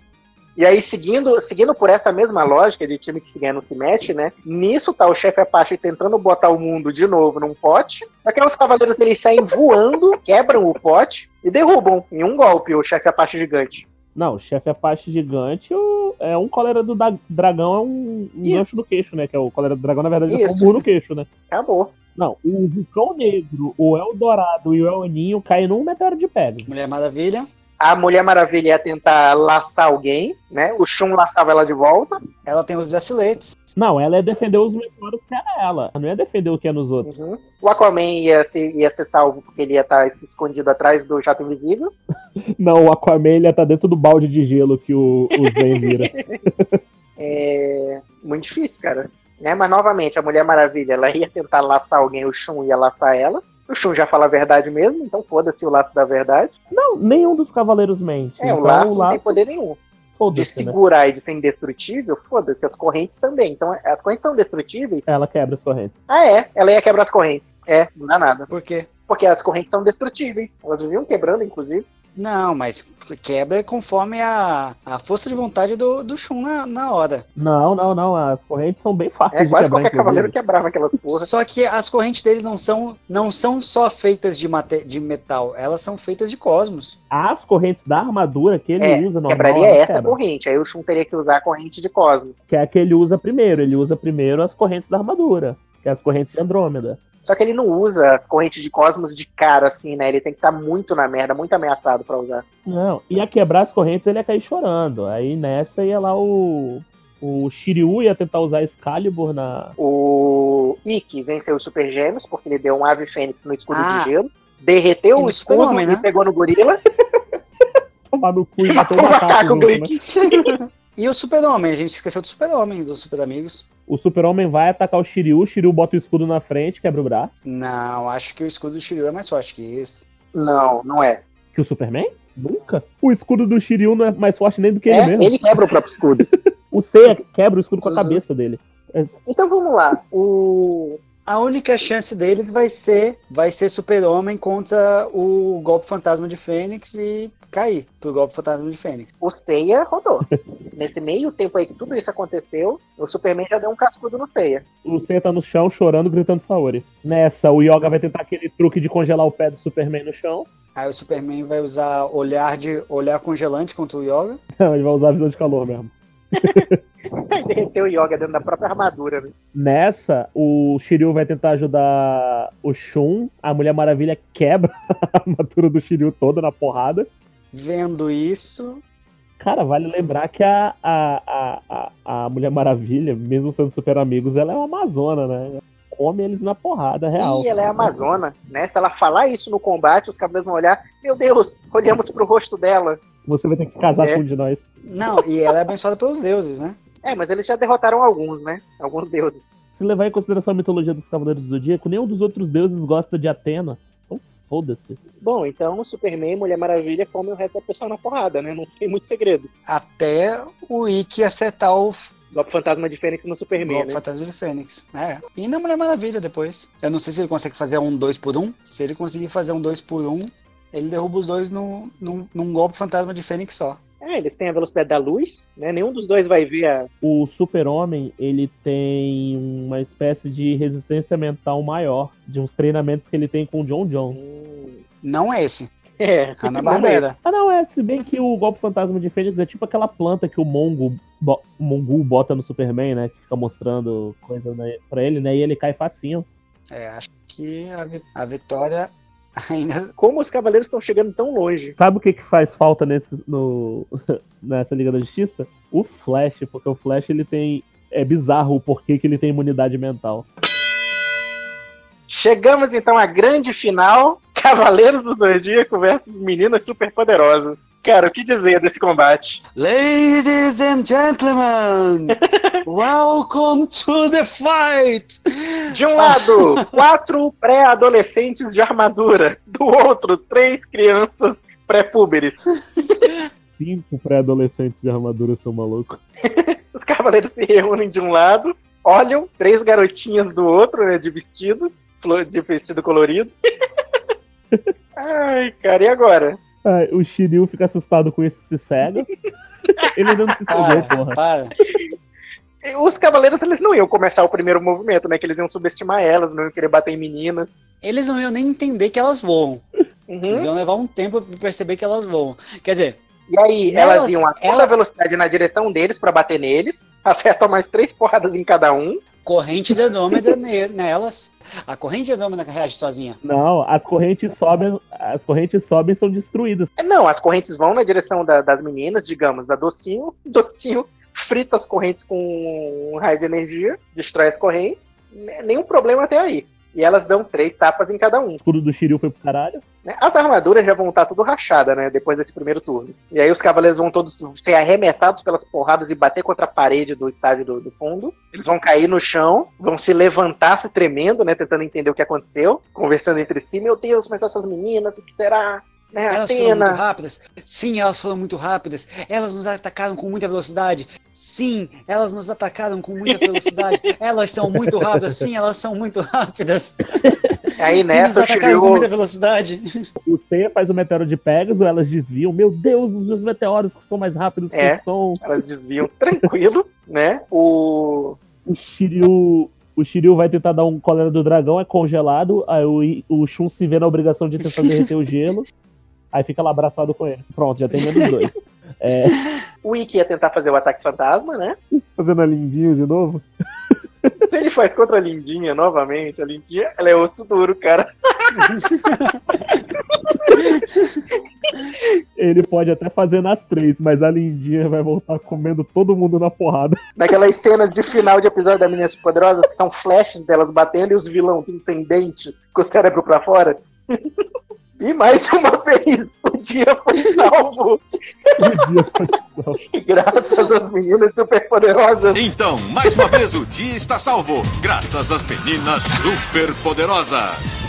Speaker 2: E aí, seguindo, seguindo por essa mesma lógica de time que se ganha não se mete, né? Nisso tá o chefe Apache tentando botar o mundo de novo num pote. Só que aí os cavaleiros eles saem voando, quebram o pote e derrubam em um golpe o chefe Apache gigante.
Speaker 4: Não, o chefe Apache gigante o- é um cólera do da- dragão, é um, um
Speaker 2: Isso.
Speaker 4: gancho do queixo, né? Que é o cólera do dragão, na verdade, é só um
Speaker 2: Isso.
Speaker 4: burro no queixo, né?
Speaker 2: Acabou.
Speaker 4: Não, o vulcão negro, o Eldorado e o El Ninho caem num meteoro de pedra.
Speaker 3: Mulher Maravilha.
Speaker 2: A Mulher Maravilha ia tentar laçar alguém, né? O Shun laçava ela de volta.
Speaker 3: Ela tem os braceletes.
Speaker 4: Não, ela ia defender os meteoros que era ela. Ela não ia defender o que é nos outros.
Speaker 2: Uhum. O Aquaman ia, se, ia ser salvo porque ele ia estar se escondido atrás do Jato Invisível.
Speaker 4: Não, o Aquaman ele ia tá dentro do balde de gelo que o, o Zen vira.
Speaker 2: É muito difícil, cara. Né? Mas novamente, a Mulher Maravilha, ela ia tentar laçar alguém, o Shun ia laçar ela. O Shun já fala a verdade mesmo, então foda-se o laço da verdade.
Speaker 4: não, nenhum dos Cavaleiros mente.
Speaker 2: É,
Speaker 4: então,
Speaker 2: o laço, não tem poder nenhum. De
Speaker 4: foda-se, né?
Speaker 2: segurar e de ser indestrutível, foda-se, as correntes também. Então, as correntes são destrutíveis?
Speaker 4: Ela quebra as correntes.
Speaker 2: Ah, é, ela ia quebrar as correntes. É, não dá nada.
Speaker 3: Por quê?
Speaker 2: Porque as correntes são destrutíveis. Elas viviam quebrando, inclusive.
Speaker 3: Não, mas quebra conforme a, a força de vontade do, do Shun na, na hora.
Speaker 4: Não, não, não. As correntes são bem fáceis
Speaker 2: É,
Speaker 4: de
Speaker 2: quase
Speaker 4: quebrar,
Speaker 2: qualquer cavaleiro
Speaker 4: inclusive.
Speaker 2: quebrava aquelas porra.
Speaker 3: Só que as correntes dele não são, não são só feitas de, mate, de metal, elas são feitas de cosmos.
Speaker 4: As correntes da armadura que ele
Speaker 2: É,
Speaker 4: usa normal, né,
Speaker 2: Quebraria
Speaker 4: ela
Speaker 2: essa
Speaker 4: quebra.
Speaker 2: corrente, aí o Shun teria que usar a corrente de Cosmo.
Speaker 4: Que é a que ele usa primeiro. Ele usa primeiro as correntes da armadura. Que é as correntes de Andrômeda.
Speaker 2: Só que ele não usa corrente de cosmos de cara, assim, né? Ele tem que estar muito na merda, muito ameaçado pra usar.
Speaker 4: Não, ia quebrar as correntes, ele ia cair chorando. Aí nessa ia lá o. O Shiryu ia tentar usar Excalibur na.
Speaker 2: O Ikki venceu os Super Gêmeos, porque ele deu um ave fênix no escudo
Speaker 3: Ah.
Speaker 2: de gelo, derreteu
Speaker 3: E no
Speaker 2: o escudo
Speaker 3: super-homem,
Speaker 2: e
Speaker 3: né?
Speaker 2: pegou no gorila,
Speaker 4: Tomar no cu e
Speaker 2: e matou
Speaker 4: matou o
Speaker 2: o macaco
Speaker 4: junto, um né?
Speaker 2: Glick.
Speaker 3: E o super-homem, a gente esqueceu do super-homem, dos super-amigos.
Speaker 4: O O super-homem vai atacar o Shiryu, o Shiryu bota o escudo na frente, quebra o braço.
Speaker 3: Não, acho que o escudo do Shiryu é mais forte que isso.
Speaker 2: Não, não é.
Speaker 4: Que o Superman? Nunca. O escudo do Shiryu não é mais forte nem do que ele
Speaker 2: é,
Speaker 4: mesmo.
Speaker 2: ele Uhum. quebra o próprio escudo.
Speaker 4: O Seiya quebra o escudo com a cabeça dele.
Speaker 2: Então vamos lá. O
Speaker 3: A única chance deles vai ser vai ser Super-Homem contra o golpe fantasma de Fênix e cair pro golpe fantasma de Fênix.
Speaker 2: O Seiya rodou. Nesse meio tempo aí que tudo isso aconteceu, o Superman já deu um cascudo no Seiya.
Speaker 4: O Seiya tá no chão, chorando, gritando Saori. Nessa, o Yoga vai tentar aquele truque de congelar o pé do Superman no chão.
Speaker 3: Aí o Superman vai usar olhar de olhar congelante contra o Yoga.
Speaker 4: Não, ele vai usar a visão de calor mesmo.
Speaker 2: Aí derreteu o Yoga dentro da própria armadura. né?
Speaker 4: Nessa, o Shiryu vai tentar ajudar o Shun. A Mulher Maravilha quebra a armadura do Shiryu toda na porrada.
Speaker 3: Vendo isso,
Speaker 4: Cara, vale lembrar que a, a, a, a, a Mulher Maravilha, mesmo sendo super amigos, ela é uma amazona, né? Come eles na porrada, real.
Speaker 2: E ela é amazona, né? Se ela falar isso no combate, os cabelos vão olhar. Meu Deus, olhamos pro rosto dela.
Speaker 4: Você vai ter que casar
Speaker 2: É.
Speaker 4: com um de nós.
Speaker 3: não, e ela é abençoada pelos deuses, né?
Speaker 2: É, mas eles já derrotaram alguns, né? Alguns deuses.
Speaker 4: Se levar em consideração a mitologia dos Cavaleiros do Zodíaco, nenhum dos outros deuses gosta de Atena. Então, foda-se.
Speaker 2: Bom, então o Superman, Mulher Maravilha, come o resto da pessoa na porrada, né? Não tem muito segredo.
Speaker 3: Até o Ikki acertar o
Speaker 2: Golpe Fantasma de Fênix no Superman,
Speaker 3: Igual
Speaker 2: né?
Speaker 3: Fantasma de Fênix. É. E na Mulher Maravilha depois. Eu não sei se ele consegue fazer um 2 por 1 um. Se ele conseguir fazer um 2 por 1 um, ele derruba os dois num, num, num golpe fantasma de Fênix só.
Speaker 2: É, eles têm a velocidade da luz, né? Nenhum dos dois vai ver a...
Speaker 4: O super-homem, ele tem uma espécie de resistência mental maior de uns treinamentos que ele tem com o John Jones.
Speaker 3: Não esse.
Speaker 2: É.
Speaker 3: Ana Barbera.
Speaker 4: Ah, não, é, se bem que o golpe fantasma de Fênix é tipo aquela planta que o Mongo, bo- o Mongu bota no Superman, né? Que fica mostrando coisa né, pra ele, né? E ele cai facinho.
Speaker 3: É, acho que a, vi- a vitória ainda.
Speaker 2: Como os cavaleiros estão chegando tão longe.
Speaker 4: Sabe o que, que faz falta nesse, no, nessa Liga da Justiça? O Flash, porque o Flash ele tem. É bizarro o porquê que ele tem imunidade mental.
Speaker 2: Chegamos então à grande final. Cavaleiros do Zodíaco versus Meninas Superpoderosas. Cara, o que dizer desse combate?
Speaker 3: Ladies and gentlemen, welcome to the fight!
Speaker 2: De um lado, quatro pré-adolescentes de armadura. Do outro, três crianças pré-púberes.
Speaker 4: Cinco pré-adolescentes de armadura são malucos.
Speaker 2: Os cavaleiros se reúnem de um lado, olham, três garotinhas do outro, né, de vestido, flor- de vestido colorido. Ai, cara, e agora?
Speaker 4: Ai, o Shiryu fica assustado com isso e se cega. ele ainda não se cegou, porra.
Speaker 3: Ah, Para, para.
Speaker 2: E Os cavaleiros, eles não iam começar o primeiro movimento, né, que eles iam subestimar elas, não iam querer bater em meninas.
Speaker 3: Eles não iam nem entender que elas voam.
Speaker 2: Uhum.
Speaker 3: Eles iam levar um tempo pra perceber que elas voam. Quer dizer,
Speaker 2: E aí,
Speaker 3: Elas-
Speaker 2: elas, iam a toda
Speaker 3: ela-
Speaker 2: velocidade na direção deles pra bater neles, acertam mais três porradas em cada um.
Speaker 3: Corrente de Andrômeda ne- nelas. A corrente de Andrômeda reage sozinha.
Speaker 4: Não, as correntes sobem, as correntes sobem e são destruídas.
Speaker 2: É, Não, as correntes vão na direção da- das meninas, digamos, da Docinho. Docinho frita as correntes com um raio de energia, destrói as correntes. N- Nenhum problema até aí. E elas dão três tapas em cada um.
Speaker 4: O escudo do Shiryu foi pro caralho.
Speaker 2: né? As armaduras já vão estar tudo rachada, né? Depois desse primeiro turno. E aí os cavaleiros vão todos ser arremessados pelas porradas e bater contra a parede do estádio do, do fundo. Eles vão cair no chão, vão se levantar, se tremendo, né? Tentando entender o que aconteceu. Conversando entre si. Meu Deus, mas essas meninas, o que será? Né,
Speaker 3: Elas foram
Speaker 2: Atena.
Speaker 3: muito rápidas. Sim, elas foram muito rápidas. Elas nos atacaram com muita velocidade. Sim, elas nos atacaram com muita velocidade. elas são muito rápidas. Sim, elas são muito rápidas.
Speaker 2: Aí
Speaker 3: E
Speaker 2: nessa o
Speaker 3: nos atacaram com
Speaker 2: Shiryu
Speaker 3: muita velocidade.
Speaker 4: O Seiya faz o meteoro de Pegasus, elas desviam. Meu Deus, os meteoros que são mais rápidos que
Speaker 2: É.
Speaker 4: o som.
Speaker 2: Elas desviam tranquilo, né? O.
Speaker 4: O Shiryu, o Shiryu vai tentar dar um cólera do dragão, é congelado. Aí o, I- o Shun se vê na obrigação de tentar derreter o gelo. Aí fica lá abraçado com ele. Pronto, já tem menos dois.
Speaker 2: O Ikki ia tentar fazer o ataque fantasma, né?
Speaker 4: Fazendo a lindinho de novo.
Speaker 2: Se ele faz contra a Lindinha novamente, a Lindinha, ela é osso duro, cara.
Speaker 4: Ele pode até fazer nas três, mas a lindinha vai voltar comendo todo mundo na porrada.
Speaker 2: Naquelas cenas de final de episódio da Meninas Poderosas, que são flashes delas batendo e os vilão tudo sem dente, com o cérebro pra fora. E mais uma vez, o dia foi salvo. Graças às meninas superpoderosas.
Speaker 7: Então, mais uma vez, o dia está salvo, graças às meninas superpoderosas.